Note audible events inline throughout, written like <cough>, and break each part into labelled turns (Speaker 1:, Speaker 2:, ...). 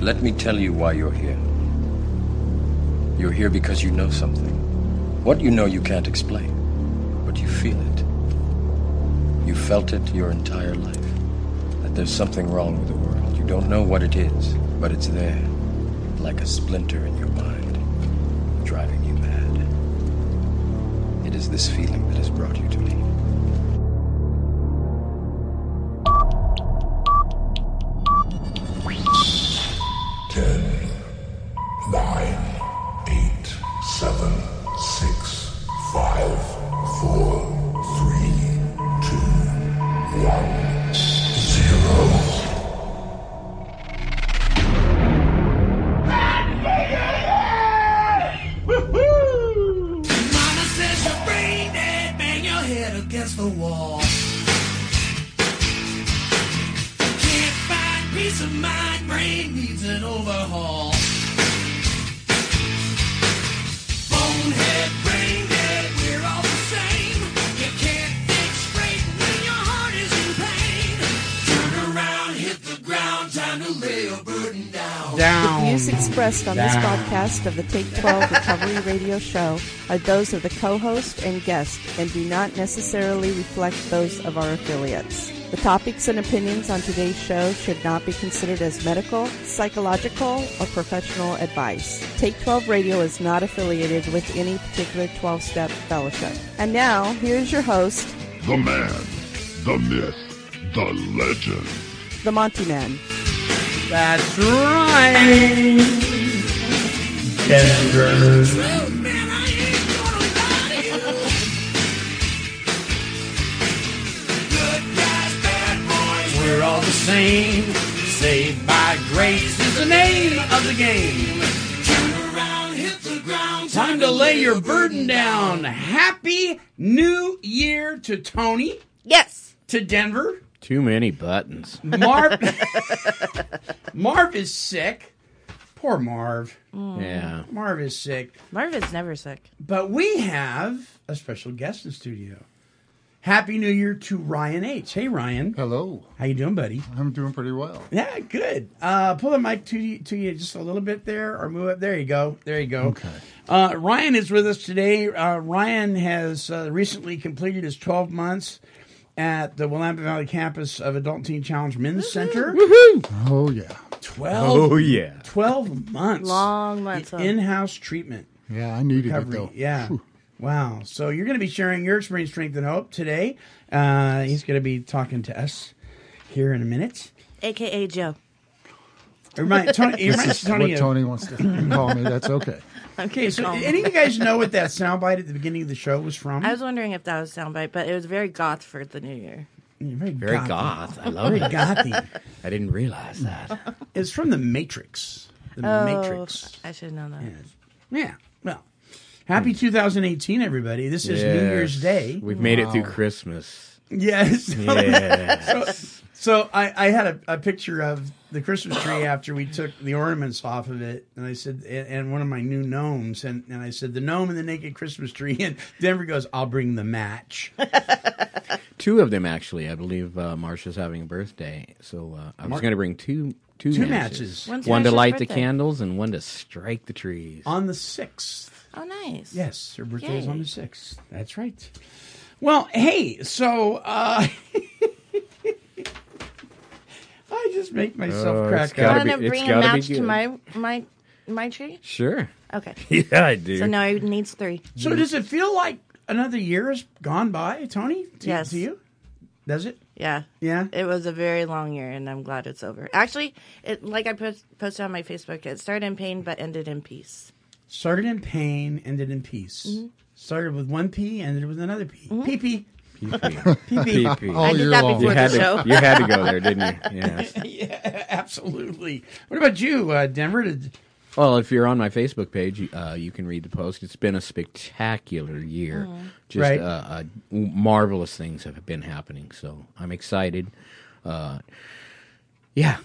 Speaker 1: Let me tell you why you're here. You're here because you know something. What you know you can't explain, but you feel it. You felt it your entire life. That there's something wrong with the world. You don't know what it is, but it's there, like a splinter in your mind, driving you mad. It is this feeling that has brought you to me.
Speaker 2: Ten, nine, eight, seven, six, five, four, three, two, one,
Speaker 3: zero. Mama says you're brain dead, bang your head against the wall. Can't find peace of mind, brain needs an overhaul. Bonehead, brain dead, we're all the same. You can't think straight when your heart is in pain. Turn around, hit the ground, time to lay a burden down.
Speaker 4: The views expressed on this broadcast of the Take 12 Recovery Radio Show are those of the co host and guest and do not necessarily reflect those of our affiliates. The topics and opinions on today's show should not be considered as medical, psychological, or professional advice. Take 12 Radio is not affiliated with any particular 12 step fellowship. And now, here's your host,
Speaker 2: The man, the myth, the legend.
Speaker 4: the Monty Man.
Speaker 5: That's right. Denver. We're all the same. Saved by grace is the name of the game.
Speaker 3: Turn around, hit the ground,
Speaker 5: Time to lay your burden down. Happy New Year to Tony,
Speaker 6: Yes.
Speaker 5: to Denver.
Speaker 7: Too many buttons. <laughs>
Speaker 5: Marv. Marv is sick. Poor Marv.
Speaker 7: Yeah.
Speaker 5: Marv is sick.
Speaker 6: Marv is never sick.
Speaker 5: But we have a special guest in studio. Happy New Year to Ryan H. Hey Ryan,
Speaker 8: Hello.
Speaker 5: how you doing, buddy?
Speaker 8: I'm doing pretty well.
Speaker 5: Yeah, good. Uh, pull the mic to you, to you just a little bit there, or move up. There you go. There you go.
Speaker 8: Okay.
Speaker 5: Uh, Ryan is with us today. Uh, Ryan has uh, recently completed his 12 months at the Willamette Valley campus of Adult and Teen Challenge Men's Center.
Speaker 8: Oh yeah.
Speaker 5: 12,
Speaker 8: Oh,
Speaker 7: yeah.
Speaker 5: 12 months.
Speaker 6: Long months. huh?
Speaker 5: In house treatment
Speaker 8: Yeah, I needed it
Speaker 5: recovery.
Speaker 8: though.
Speaker 5: Yeah.
Speaker 8: Phew.
Speaker 5: Wow. So you're going to be sharing your experience, strength, and hope today. Uh, he's going to be talking to us here in a minute.
Speaker 6: AKA Joe.
Speaker 5: It Remind, Tony, it reminds Tony
Speaker 8: what
Speaker 5: of-
Speaker 8: Tony wants to call me.
Speaker 5: <laughs>
Speaker 8: That's okay.
Speaker 5: Okay, so any of you guys know what that soundbite at the beginning of the show was from?
Speaker 6: I was wondering if that was soundbite, but it was very goth for the new year.
Speaker 5: very,
Speaker 7: Very
Speaker 5: gothy.
Speaker 7: goth. I love
Speaker 5: Very
Speaker 7: it.
Speaker 5: gothy.
Speaker 7: I didn't
Speaker 5: <laughs>
Speaker 7: realize that.
Speaker 5: It's from The Matrix. The Matrix.
Speaker 6: I should know that.
Speaker 5: Yeah. Well, happy
Speaker 8: Hmm.
Speaker 5: 2018, everybody. This is New Year's
Speaker 7: Yes.
Speaker 5: Day.
Speaker 7: We've made it
Speaker 5: <laughs>
Speaker 7: through Christmas.
Speaker 5: Yes.
Speaker 7: Yeah.
Speaker 5: So I, I had a, a picture of the Christmas tree <coughs> after we took the ornaments off of it, and I said, and, and one of my new gnomes, and, and I said, the gnome and the naked Christmas tree, <laughs> and Denver goes, I'll bring the
Speaker 6: <laughs>
Speaker 5: match.
Speaker 7: two of them actually. I believe uh, Marsha's having a birthday, so uh, I was going to bring two two,
Speaker 5: Two matches.
Speaker 7: matches.
Speaker 6: When's
Speaker 7: One to
Speaker 6: Marsha's
Speaker 7: light the
Speaker 6: birthday?
Speaker 7: candles and one to strike the trees.
Speaker 5: On the sixth,
Speaker 6: Oh, nice.
Speaker 5: Yes, her birthday is on
Speaker 6: Yay.
Speaker 5: the sixth. That's right. Well, hey, so uh <laughs> I just make myself
Speaker 7: Oh, it's
Speaker 5: crack
Speaker 7: gotta
Speaker 5: up.
Speaker 6: Want
Speaker 7: be-
Speaker 6: to
Speaker 7: it's
Speaker 6: bring a
Speaker 7: gotta be
Speaker 6: match to
Speaker 7: good.
Speaker 6: my my my tree?
Speaker 7: Sure.
Speaker 6: Okay.
Speaker 7: <laughs> Yeah, I do.
Speaker 6: So now it needs three.
Speaker 5: So does it feel like another year has gone by, Tony? To,
Speaker 6: Yes.
Speaker 5: To you? Does it?
Speaker 6: Yeah.
Speaker 5: Yeah.
Speaker 6: It was a very long year, and I'm glad it's over. Actually, it like I post, posted on my Facebook, it started in pain but ended in peace.
Speaker 5: Started in pain, ended in peace. Started with one P, ended with another P. Pee pee.
Speaker 7: Pee-pee. Pee-pee.
Speaker 5: Oh,
Speaker 8: All
Speaker 6: I did
Speaker 8: year
Speaker 6: that
Speaker 8: long.
Speaker 7: Oh, You
Speaker 6: before
Speaker 7: had
Speaker 6: the
Speaker 7: to.
Speaker 6: show.
Speaker 7: You had to go there,
Speaker 6: <laughs>
Speaker 7: didn't you? Yeah.
Speaker 5: Absolutely. What about you, uh, Denver? Did,
Speaker 7: Well, if you're on my Facebook page, uh, you can read the post. It's been a spectacular year.
Speaker 6: Mm-hmm.
Speaker 7: Just
Speaker 5: Right.
Speaker 7: uh, uh, marvelous things have been happening. So I'm excited. Uh, yeah,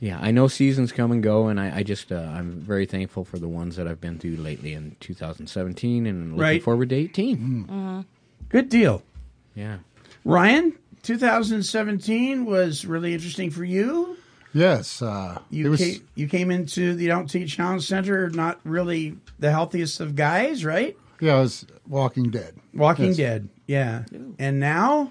Speaker 7: yeah. I know seasons come and go, and I, I just uh, I'm very thankful for the ones that I've been through lately in 2017, and looking
Speaker 5: Right. Mm-hmm.
Speaker 7: forward to 18.
Speaker 5: good deal.
Speaker 7: Yeah.
Speaker 5: Ryan, 2017 was really interesting for you.
Speaker 8: Yes, uh, it
Speaker 5: You
Speaker 8: was.
Speaker 5: came, you came into the Don't Teach Hound Center, not really the healthiest of guys, right?
Speaker 8: Yeah, it was Walking Dead.
Speaker 5: Walking
Speaker 8: Yes.
Speaker 5: Dead, yeah. And now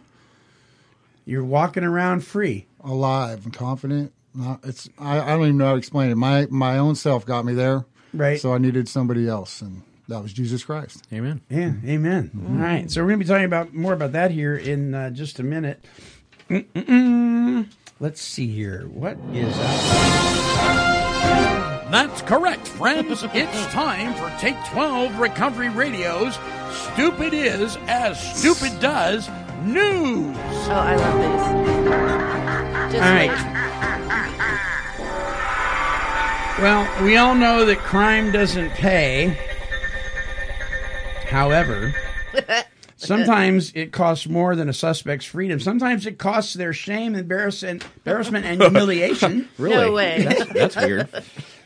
Speaker 5: you're walking around free.
Speaker 8: alive and confident. Not, it's I, I don't even know how to explain it. My my own self got me there.
Speaker 5: Right.
Speaker 8: So I needed somebody else, and that was Jesus Christ.
Speaker 7: Amen.
Speaker 5: Yeah, amen. All
Speaker 9: Mm-hmm.
Speaker 5: right, so we're going to be talking about more about that here in uh, just a minute. Mm-mm-mm. Let's see here. What is up?
Speaker 9: That's correct,
Speaker 5: <laughs>
Speaker 9: friends. it's time for Take 12 Recovery Radio's Stupid Is As Stupid Does News.
Speaker 6: Oh, I love these. Just
Speaker 5: All right.
Speaker 6: wait.
Speaker 5: Well, we all know that crime doesn't pay. However, sometimes it costs more than a suspect's freedom. Sometimes it costs their shame, embarrass- and embarrassment, and humiliation.
Speaker 7: Really?
Speaker 6: way.
Speaker 7: That's,
Speaker 6: <laughs>
Speaker 7: that's weird.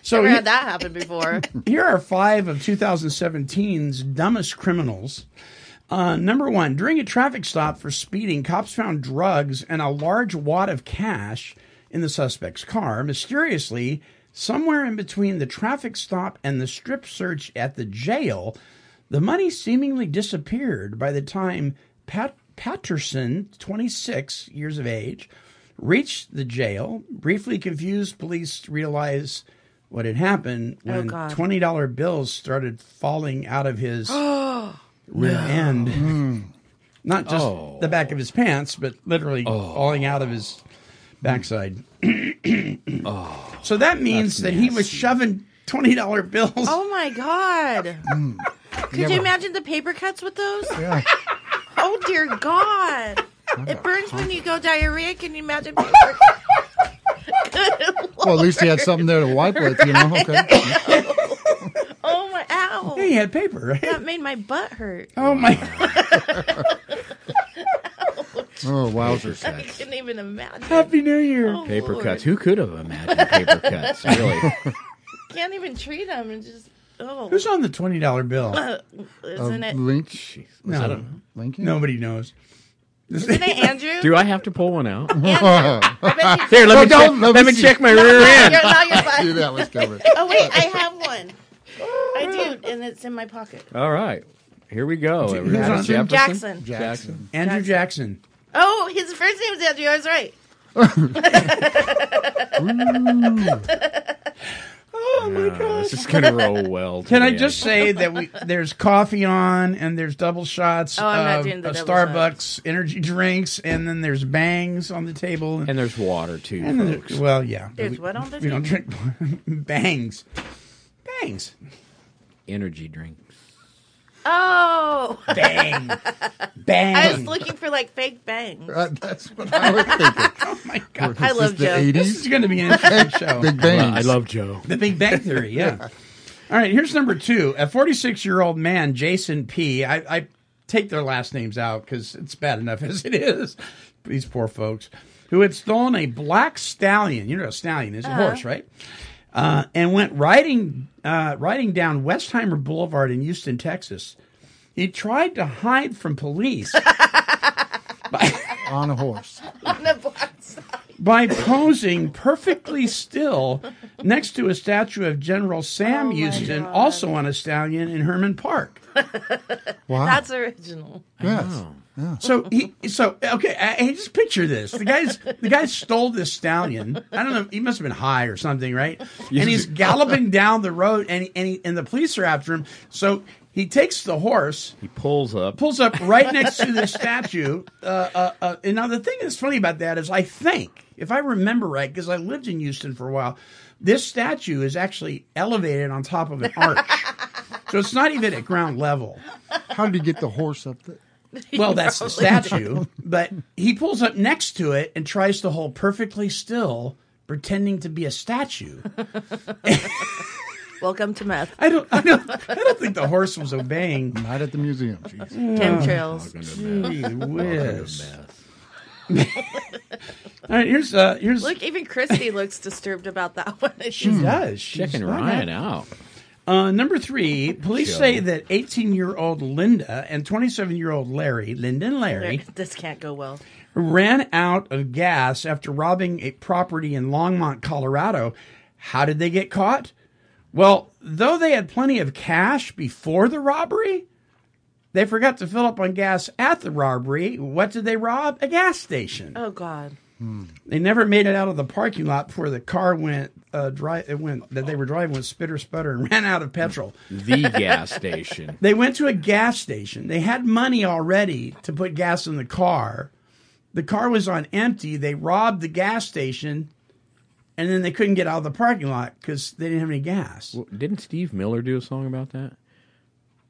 Speaker 5: So
Speaker 6: Never
Speaker 5: he-
Speaker 6: had that happen before.
Speaker 5: Here are five of 2017's dumbest criminals. Uh, number one, during a traffic stop for speeding, cops found drugs and a large wad of cash in the suspect's car. Mysteriously, somewhere in between the traffic stop and the strip search at the jail, the money seemingly disappeared by the time Pat- Patterson, 26 years of age, reached the jail. Briefly confused, police realized what had happened when
Speaker 6: God.
Speaker 5: $20 bills started falling out of his rear end. Hmm. Not just
Speaker 7: Oh.
Speaker 5: the back of his pants, but literally falling out of his backside. so that means that he was shoving $20 bills.
Speaker 6: Oh my god. Could you imagine the paper cuts with those?
Speaker 8: Yeah.
Speaker 6: <laughs> Oh dear god. It burns when you go diarrhea. Can you imagine paper? <laughs>
Speaker 8: well, at least he had something there to wipe with, you know.
Speaker 6: <laughs>
Speaker 8: Okay.
Speaker 6: Oh my ow.
Speaker 5: He had paper, right?
Speaker 6: That made my butt hurt.
Speaker 5: Oh my!
Speaker 8: Oh
Speaker 7: Paper
Speaker 8: wowzers.
Speaker 6: I
Speaker 7: cuts.
Speaker 6: couldn't even imagine.
Speaker 5: Happy New Year.
Speaker 6: Oh,
Speaker 7: Paper
Speaker 6: Lord.
Speaker 7: cuts. Who could have imagined
Speaker 6: <laughs>
Speaker 7: paper cuts? Really?
Speaker 6: Can't even treat them and just oh,
Speaker 5: Who's on the twenty dollar bill?
Speaker 6: Uh, isn't it?
Speaker 8: Uh, Link,
Speaker 5: No,
Speaker 8: Lincoln. <laughs>
Speaker 5: nobody knows.
Speaker 6: Isn't it Andrew?
Speaker 7: Do I have to pull
Speaker 6: <laughs>
Speaker 7: one out?
Speaker 8: Oh,
Speaker 6: Andrew. I bet
Speaker 7: <laughs>
Speaker 6: you.
Speaker 7: Here, let
Speaker 8: No, don't,
Speaker 7: me check,
Speaker 8: let
Speaker 7: let,
Speaker 8: me
Speaker 7: me
Speaker 8: see.
Speaker 7: check my rear end.
Speaker 6: You're not your
Speaker 8: See,
Speaker 6: butt. <laughs>
Speaker 8: that was covered.
Speaker 6: Oh wait, I have one. I do, and it's in my pocket.
Speaker 7: All right. Here we go. everybody.
Speaker 5: on-
Speaker 7: Jefferson?
Speaker 6: Jackson.
Speaker 8: Jackson.
Speaker 5: Andrew Jackson.
Speaker 6: Oh, his first name is Andrew. I was right.
Speaker 5: Oh
Speaker 7: Uh, this is gonna roll
Speaker 5: <laughs>
Speaker 7: well.
Speaker 5: Can I
Speaker 7: today.
Speaker 5: just say that we there's coffee on and there's double shots
Speaker 6: Oh, I'm not
Speaker 5: of,
Speaker 6: doing the
Speaker 5: of
Speaker 6: double
Speaker 5: Starbucks energy drinks and then there's bangs on the table and,
Speaker 7: And there's water too,
Speaker 5: and then
Speaker 7: folks.
Speaker 5: there- well yeah but
Speaker 6: There's
Speaker 5: we,
Speaker 6: what on the
Speaker 5: we don't
Speaker 6: table?
Speaker 5: drink <laughs> bangs
Speaker 6: <laughs>
Speaker 5: bangs
Speaker 7: Energy drinks.
Speaker 6: Oh, <laughs>
Speaker 5: bang bang <laughs>
Speaker 6: I was looking for like fake bangs.
Speaker 8: Uh, that's what I was thinking.
Speaker 5: oh my
Speaker 6: <laughs>
Speaker 5: god
Speaker 6: I love
Speaker 8: the
Speaker 6: Joe.
Speaker 5: this is
Speaker 8: eighties.
Speaker 5: going to be an interesting show
Speaker 8: <laughs> Big bangs.
Speaker 7: I love Joe.
Speaker 5: The Big Bang Theory, yeah. All right, here's number two. A 46 year old man, Jason P. I, I take their last names out because it's bad enough <laughs> as it is. These poor folks who had stolen a black stallion. You know, a stallion is a horse, right? Uh, and went riding uh, riding down Westheimer Boulevard in Houston, Texas. He tried to hide from police
Speaker 8: on a horse.
Speaker 6: on the black side.
Speaker 5: by posing perfectly still next to a statue of General Sam
Speaker 6: Oh my
Speaker 5: Houston,
Speaker 6: God.
Speaker 5: also on a stallion in Herman Park.
Speaker 8: Wow.
Speaker 6: That's original.
Speaker 8: yes.
Speaker 5: So he, so okay, I, I just picture this: the guy's the guy stole this stallion. I don't know, he must have been high or something, right? And he's galloping down the road, and and he, and the police are after him. So he takes the horse.
Speaker 7: He pulls up.
Speaker 5: pulls up right next to the statue. Uh, uh, uh, and now the thing that's funny about that is, I think, if I remember right, because I lived in Houston for a while, this statue is actually elevated on top of an arch. so it's not even at ground level.
Speaker 8: How did he get the horse up there?
Speaker 5: Well, that's the statue. But he pulls up next to it and tries to hold perfectly still. Pretending to be a statue,
Speaker 6: Welcome to meth.
Speaker 5: I don't, I don't, I don't think the horse was obeying.
Speaker 8: <laughs> Not at the museum.
Speaker 5: <laughs> Oh,
Speaker 8: Jeez.
Speaker 6: Chemtrails.
Speaker 7: Oh,
Speaker 5: Gee whiz.
Speaker 7: Meth.
Speaker 5: All right, here's uh, here's
Speaker 6: Look, even Christy looks disturbed about that one. <laughs>
Speaker 5: she does She's
Speaker 7: Checking
Speaker 5: not
Speaker 7: Ryan
Speaker 5: happy.
Speaker 7: out.
Speaker 5: Uh, number three, police
Speaker 7: Joe.
Speaker 5: say that 18 year old Linda and 27 year old Larry, Linda and Larry,
Speaker 6: This can't go well.
Speaker 5: ran out of gas after robbing a property in Longmont, Colorado. How did they get caught? Well, though they had plenty of cash before the robbery, they forgot to fill up on gas at the robbery. What did they rob? A gas station.
Speaker 6: Oh God.
Speaker 5: They never made it out of the parking lot before the car went uh, dri It went that they were driving went spitter sputter and <laughs> ran out of petrol.
Speaker 7: The gas
Speaker 5: <laughs>
Speaker 7: station.
Speaker 5: They went to a gas station. They had money already to put gas in the car. The car was on empty. They robbed the gas station, and then they couldn't get out of the parking lot because they didn't have any gas.
Speaker 7: Well, Didn't Steve Miller do a song about that?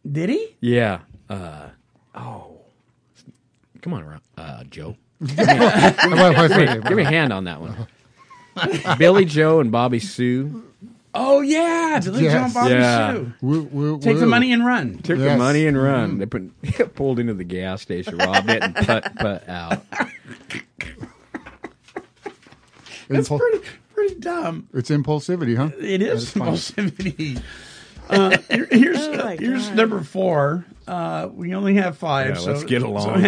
Speaker 5: Did he?
Speaker 7: Yeah. Uh, oh, come on, Ro- uh, Joe.
Speaker 8: Wait, wait, wait.
Speaker 7: Give me a hand on
Speaker 5: <laughs>
Speaker 7: that one. Billy Joe and Bobby Sue
Speaker 5: Oh yeah, Billy
Speaker 8: Yes.
Speaker 5: Joe and Bobby
Speaker 7: Yeah.
Speaker 5: Sue.
Speaker 8: Woo, woo,
Speaker 5: Take the
Speaker 8: woo.
Speaker 5: money and run.
Speaker 7: took the
Speaker 8: Yes.
Speaker 7: money
Speaker 5: Mm-hmm.
Speaker 7: and run. They put, <laughs> pulled into the gas station, robbed it,
Speaker 5: <laughs>
Speaker 7: and put put out.
Speaker 5: That's
Speaker 8: Impul-
Speaker 5: pretty pretty dumb.
Speaker 8: It's impulsivity, huh?
Speaker 5: It is <laughs>
Speaker 8: fine.
Speaker 7: <laughs>
Speaker 5: impulsivity. Uh, here- here's
Speaker 6: Oh, my
Speaker 5: here's
Speaker 6: God.
Speaker 5: number four. Uh, we only have five. so, <laughs>
Speaker 7: along.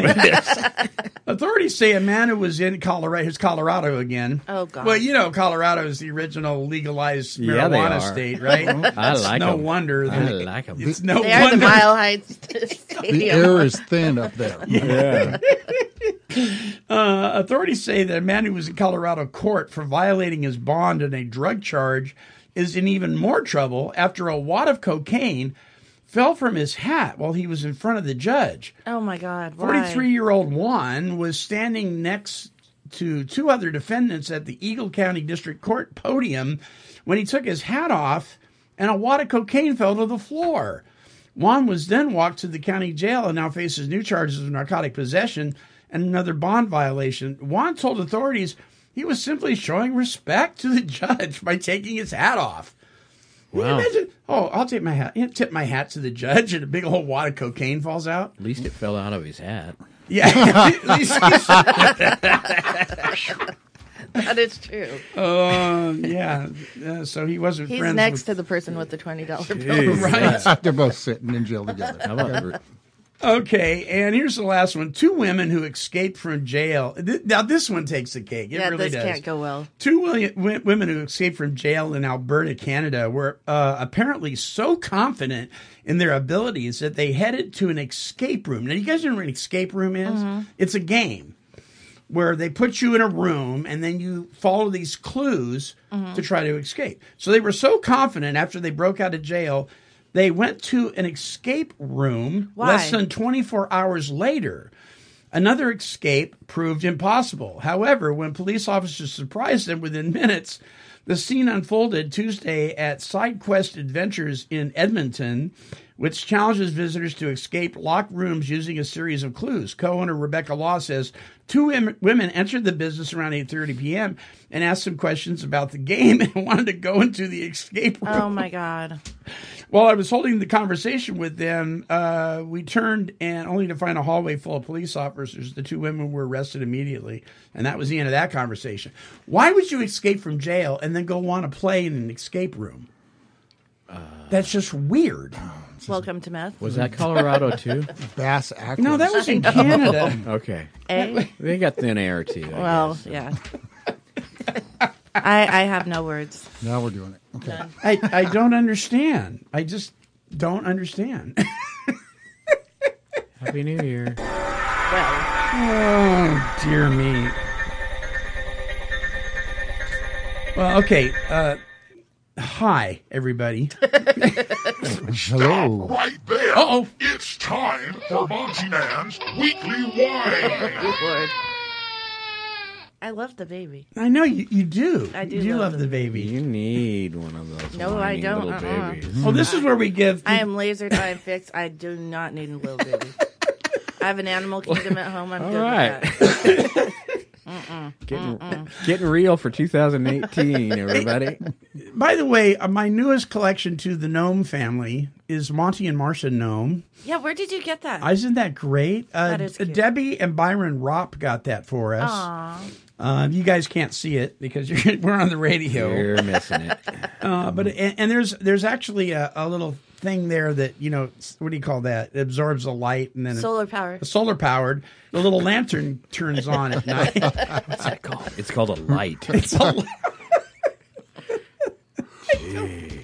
Speaker 5: Authorities say a man who was in Colorado, who's Colorado again.
Speaker 6: Oh, God.
Speaker 5: Well, you know, Colorado is the original legalized
Speaker 7: Yeah, they
Speaker 5: marijuana
Speaker 7: are.
Speaker 5: state, right?
Speaker 7: <laughs> I like
Speaker 5: no
Speaker 7: 'em.
Speaker 5: wonder
Speaker 7: I
Speaker 5: that-
Speaker 7: like them.
Speaker 5: it's no
Speaker 6: They are the
Speaker 5: wonder.
Speaker 6: Mile High <laughs> Stadium.
Speaker 8: The air is thin
Speaker 5: <laughs>
Speaker 8: up there. <laughs>
Speaker 7: yeah.
Speaker 5: Uh, authorities say that a man who was in Colorado court for violating his bond on a drug charge is in even more trouble after a wad of cocaine fell from his hat while he was in front of the judge.
Speaker 6: Oh my God. Why?
Speaker 5: 43 year old Juan was standing next to two other defendants at the Eagle County District Court podium when he took his hat off and a wad of cocaine fell to the floor. Juan was then walked to the county jail and now faces new charges of narcotic possession and another bond violation. Juan told authorities he was simply showing respect to the <laughs> judge by taking his hat off. Can you
Speaker 7: Wow.
Speaker 5: imagine? Oh, I'll take my hat. Tip my hat to the judge, and a big old wad of cocaine falls out.
Speaker 7: At least it fell out of his hat.
Speaker 5: Yeah. <laughs> At least he's-
Speaker 6: That is true.
Speaker 5: uh, yeah. Uh, so he wasn't
Speaker 6: He's
Speaker 5: friends
Speaker 6: next
Speaker 5: with.
Speaker 6: to the person with the twenty dollar bill.
Speaker 5: right.
Speaker 8: They're both sitting in jail together.
Speaker 7: How about
Speaker 5: Okay. And here's the last one. Two women who escaped from jail. Th- now, this one takes the cake. It
Speaker 6: Yeah,
Speaker 5: really
Speaker 6: this
Speaker 5: does.
Speaker 6: can't
Speaker 5: <laughs>
Speaker 6: go well.
Speaker 5: Two willi- wi- women who escaped from jail in Alberta, Canada, were uh, apparently so confident in their abilities that they headed to an escape room. Now, you guys know what an escape room is? It's a game where they put you in a room and then you follow these clues to try to escape. So they were so confident after they broke out of jail, they went to an escape room less
Speaker 6: Why?
Speaker 5: than 24 hours later. Another escape proved impossible. However, when police officers surprised them within minutes, the scene unfolded Tuesday at SideQuest Adventures in Edmonton, which challenges visitors to escape locked rooms using a series of clues. Co-owner Rebecca Law says two wom- women entered the business around 8:30 p.m. and asked some questions about the game <laughs> and wanted to go into the escape room.
Speaker 6: Oh my God.
Speaker 5: While I was holding the conversation with them, uh, we turned and only to find a hallway full of police officers. The two women were arrested immediately, and that was the end of that conversation. Why would you escape from jail and then go on a play in an escape room? That's just weird.
Speaker 6: Welcome to meth.
Speaker 7: was that Colorado
Speaker 5: <laughs>
Speaker 7: too?
Speaker 8: Bass Ackles.
Speaker 5: No, that was in Canada.
Speaker 7: Okay.
Speaker 5: <laughs>
Speaker 6: A.
Speaker 7: They got thin air too. I
Speaker 6: Eh? Well,
Speaker 7: guess.
Speaker 6: yeah. I I have no words.
Speaker 8: Now we're doing it. Okay.
Speaker 5: I, I don't understand. I just don't understand. <laughs>
Speaker 7: Happy New Year.
Speaker 6: Well,
Speaker 5: Oh, dear me. Well, okay. Uh, hi, everybody.
Speaker 8: Hello.
Speaker 2: Right there.
Speaker 5: Uh-oh.
Speaker 2: It's time for Monty Nan's Weekly Wine.
Speaker 6: good lord. I love the baby.
Speaker 5: I know you, you do.
Speaker 6: I do
Speaker 5: You do
Speaker 6: love
Speaker 5: love,
Speaker 6: them.
Speaker 5: the baby.
Speaker 7: You need one of those.
Speaker 6: No, I
Speaker 7: whiny
Speaker 6: don't,
Speaker 7: Little
Speaker 6: uh-uh.
Speaker 7: babies.
Speaker 5: Well, this is where we give.
Speaker 6: I am laser time fixed. I do not need a little baby. I have an animal kingdom at home. I'm
Speaker 7: All
Speaker 6: good
Speaker 7: right.
Speaker 6: with that.
Speaker 7: <laughs> Getting, getting real
Speaker 6: <laughs>
Speaker 7: for 2018, everybody.
Speaker 5: By the way, uh, my newest collection to the gnome family is Monty and Marcia Gnome. Uh,
Speaker 6: Yeah, where did you get that?
Speaker 5: Isn't that great? Uh,
Speaker 6: That is cute.
Speaker 5: Debbie and Byron Ropp got that for us. Uh, you guys can't see it because <laughs> you're, we're on the radio.
Speaker 7: You're missing it.
Speaker 5: Uh, but and, and there's there's actually a, a little thing there that you know s- what do you call that? It absorbs the light and then it-
Speaker 6: Solar power.
Speaker 5: solar powered. The little lantern turns on
Speaker 6: <laughs>
Speaker 5: at night.
Speaker 7: What's that called? It's called a light.
Speaker 5: It's
Speaker 7: <laughs>
Speaker 5: a-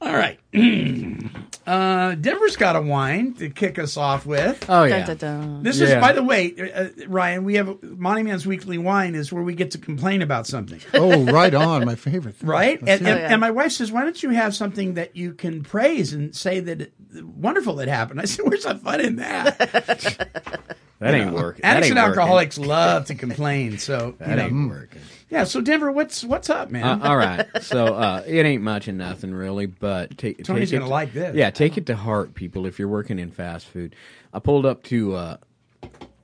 Speaker 5: All right. <clears throat> uh, Denver's got a wine to kick us off with.
Speaker 7: Oh
Speaker 6: Dun,
Speaker 7: yeah.
Speaker 6: dun, dun.
Speaker 5: This
Speaker 7: Yeah.
Speaker 5: is, by the way, uh, Ryan. We have Monty Man's Weekly Wine is where we get to complain about something,
Speaker 8: Oh, right on. My favorite. thing.
Speaker 5: right? And, and,
Speaker 6: Oh, yeah.
Speaker 5: and my wife says, "Why don't you have something that you can praise and say that it, wonderful that happened?" I said, "Where's the fun in
Speaker 7: <laughs>
Speaker 5: that?"
Speaker 7: That ain't work. that
Speaker 5: Addicts
Speaker 7: ain't
Speaker 5: and
Speaker 7: working.
Speaker 5: alcoholics love to complain,
Speaker 7: <laughs>
Speaker 5: so you
Speaker 7: That
Speaker 5: know.
Speaker 7: ain't working.
Speaker 5: yeah. So Denver, what's what's up,
Speaker 7: Uh,
Speaker 5: man?
Speaker 7: all right. So uh, it ain't much and nothing really, but take,
Speaker 5: Tony's
Speaker 7: take it-
Speaker 5: gonna like this.
Speaker 7: Yeah, take it to heart, people. If you're working in fast food, I pulled up to uh,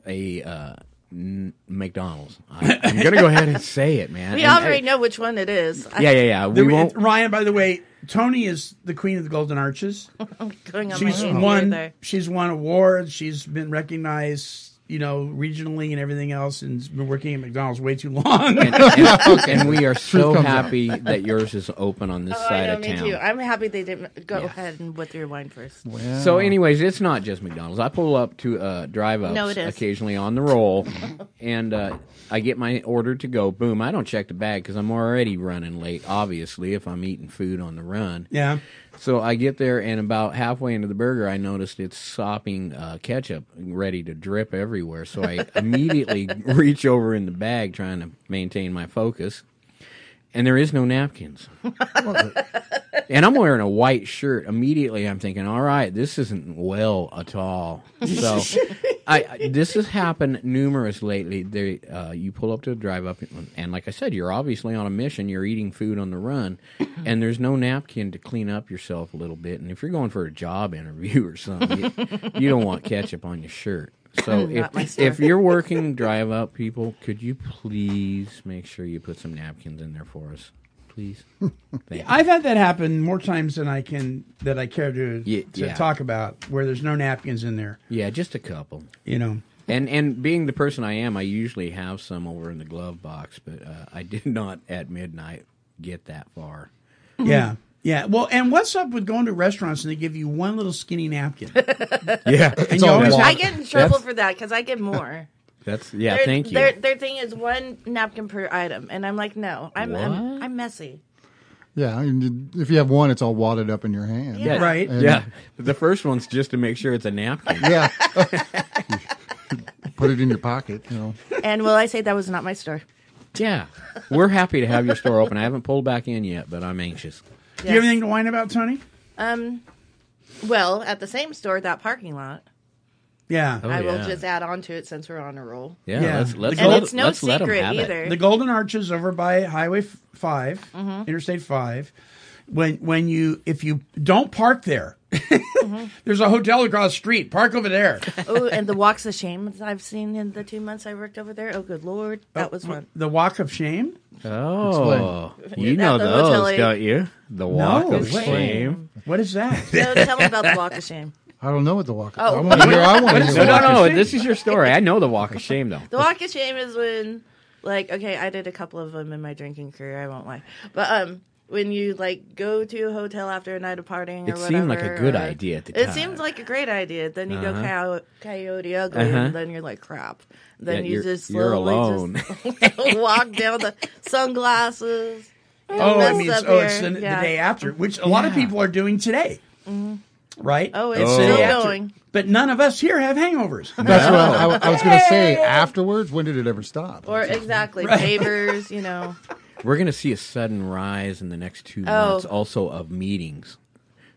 Speaker 7: a uh, n- McDonald's. I, I'm gonna go ahead and say it, man.
Speaker 6: We
Speaker 7: And-
Speaker 6: already know which one it is. I-
Speaker 7: Yeah, yeah, yeah. We
Speaker 5: The- <laughs>
Speaker 7: won't.
Speaker 5: Ryan, by the way, Tony is the queen of the Golden Arches.
Speaker 6: Oh, Going on
Speaker 5: she's
Speaker 6: my name
Speaker 5: won
Speaker 6: There.
Speaker 5: she's won awards she's been recognized you know regionally and everything else and's been working at mcdonald's way too long
Speaker 7: and, and we are so
Speaker 8: comes out.
Speaker 7: happy that yours is open on this
Speaker 6: Oh, I
Speaker 7: side
Speaker 6: know,
Speaker 7: of
Speaker 6: me
Speaker 7: town.
Speaker 6: too. I'm happy they didn't go
Speaker 7: Yeah.
Speaker 6: ahead and with your wine first.
Speaker 8: Well,
Speaker 7: So, anyways, it's not just McDonald's. I pull up to uh, drive ups
Speaker 6: No, it is.
Speaker 7: occasionally on
Speaker 6: <laughs>
Speaker 7: the roll, and uh, I get my order to go. Boom! I don't check the bag because I'm already running late. Obviously, if I'm eating food on the run,
Speaker 5: <laughs> yeah
Speaker 7: so I get there, and about halfway into the burger, I noticed it's sopping uh, ketchup, ready to drip everywhere.
Speaker 6: <laughs>
Speaker 7: So I immediately reach over in the bag, trying to maintain my focus. And there is no napkins. and I'm wearing a white shirt. Immediately, I'm thinking, all right, this isn't well at all. So, I I- this has happened numerous lately. They, uh, you pull up to a drive up, and like I said, you're obviously on a mission. You're eating food on the run, and there's no napkin to clean up yourself a little bit. And if you're going for a job interview or something, you, you don't want ketchup on your shirt.
Speaker 6: <laughs>
Speaker 7: So
Speaker 6: Not my
Speaker 7: if,
Speaker 6: store.
Speaker 7: if you're working drive up, people, could you please make sure you put some napkins in there for us, please? Thank you.
Speaker 5: i've had that happen more times than i can that i care to,
Speaker 7: Ye-
Speaker 5: to
Speaker 7: yeah.
Speaker 5: talk about where there's no napkins in there
Speaker 7: Yeah, just a couple.
Speaker 5: you know
Speaker 7: And and being the person I am, I usually have some over in the glove box, but uh, I did <laughs> not at midnight get that far.
Speaker 6: Mm-hmm.
Speaker 5: yeah yeah well and what's up with going to restaurants and they give you one little skinny
Speaker 7: <laughs>
Speaker 5: napkin
Speaker 7: <laughs> Yeah,
Speaker 5: and you always
Speaker 6: I
Speaker 5: have,
Speaker 6: get in trouble
Speaker 7: That's-
Speaker 6: for that because I get more.
Speaker 7: that's yeah.
Speaker 6: Their-
Speaker 7: thank you.
Speaker 6: Their, their thing is one napkin per item, and I'm like, no, I'm I'm,
Speaker 7: What?
Speaker 6: I'm messy.
Speaker 8: yeah. I mean, If you have one, it's all wadded up in your hand.
Speaker 6: Yeah.
Speaker 5: right
Speaker 8: And-
Speaker 7: yeah, the first one's just to make sure it's a napkin.
Speaker 8: Yeah. <laughs> Put it in your pocket. You know.
Speaker 6: And will I say that was not my store?
Speaker 7: <laughs> yeah, we're happy to have your store open. I haven't pulled back in yet, but I'm anxious.
Speaker 5: do you have anything to whine about tony
Speaker 6: Um, well, at the same store, that parking lot.
Speaker 5: yeah
Speaker 7: Oh,
Speaker 6: I will
Speaker 7: yeah.
Speaker 6: just add on to it since we're on a roll.
Speaker 7: Yeah,
Speaker 5: Yeah.
Speaker 7: let's let's
Speaker 5: And
Speaker 7: let,
Speaker 6: it's no
Speaker 7: let's let 'em
Speaker 6: secret
Speaker 7: have it.
Speaker 6: either.
Speaker 5: The Golden Arches over by Highway f- 5,
Speaker 6: Mm-hmm.
Speaker 5: Interstate 5. When when you if you don't park there, <laughs> there's a hotel across the street. Park over
Speaker 6: <laughs>
Speaker 5: there.
Speaker 6: oh, and the walks of shame I've seen in the two months I worked over there. Oh, good lord, that
Speaker 5: <laughs>
Speaker 6: was one.
Speaker 5: The Walk of Shame.
Speaker 7: Oh, you
Speaker 6: At
Speaker 7: know
Speaker 6: the
Speaker 7: those,
Speaker 6: hotel.
Speaker 7: don't you? The walk
Speaker 5: No
Speaker 7: of
Speaker 5: way.
Speaker 7: shame.
Speaker 5: What is
Speaker 6: <laughs>
Speaker 5: that?
Speaker 6: So tell me about the walk of shame.
Speaker 8: I don't know what the walk.
Speaker 6: Oh.
Speaker 8: I want to hear. I want to hear.
Speaker 7: No,
Speaker 8: the
Speaker 7: no,
Speaker 8: walk.
Speaker 7: no. This is your story. I know the walk of shame, though.
Speaker 6: The walk of shame is when, like, okay, I did a couple of them in my drinking career. I won't lie, but um, when you like go to a hotel after a night of partying, or
Speaker 7: It seemed like a
Speaker 6: whatever,
Speaker 7: good
Speaker 6: or-
Speaker 7: idea at the
Speaker 6: It
Speaker 7: time.
Speaker 6: seemed like a great idea. Then you go coyo- coyote ugly,
Speaker 7: Uh-huh.
Speaker 6: and then you're like, crap. Then
Speaker 7: Yeah,
Speaker 6: you
Speaker 7: you're-
Speaker 6: just
Speaker 7: you're
Speaker 6: slowly <laughs> just walk down the sunglasses.
Speaker 5: oh,
Speaker 6: mess
Speaker 5: I mean,
Speaker 6: up
Speaker 5: it's, oh, it's
Speaker 6: here.
Speaker 5: the,
Speaker 6: Yeah. Mm-hmm.
Speaker 5: the day after, which a lot of people are doing today. Right?
Speaker 6: Oh, it's
Speaker 5: the day
Speaker 6: still
Speaker 5: after.
Speaker 6: going.
Speaker 5: But none of us here have hangovers. <laughs>
Speaker 8: That's what I, I- I was going to say. Afterwards, when did it ever stop?
Speaker 6: Or exactly favors, you
Speaker 5: <laughs>
Speaker 6: know.
Speaker 7: <laughs> We're going to see a sudden rise in the next two months, also of meetings.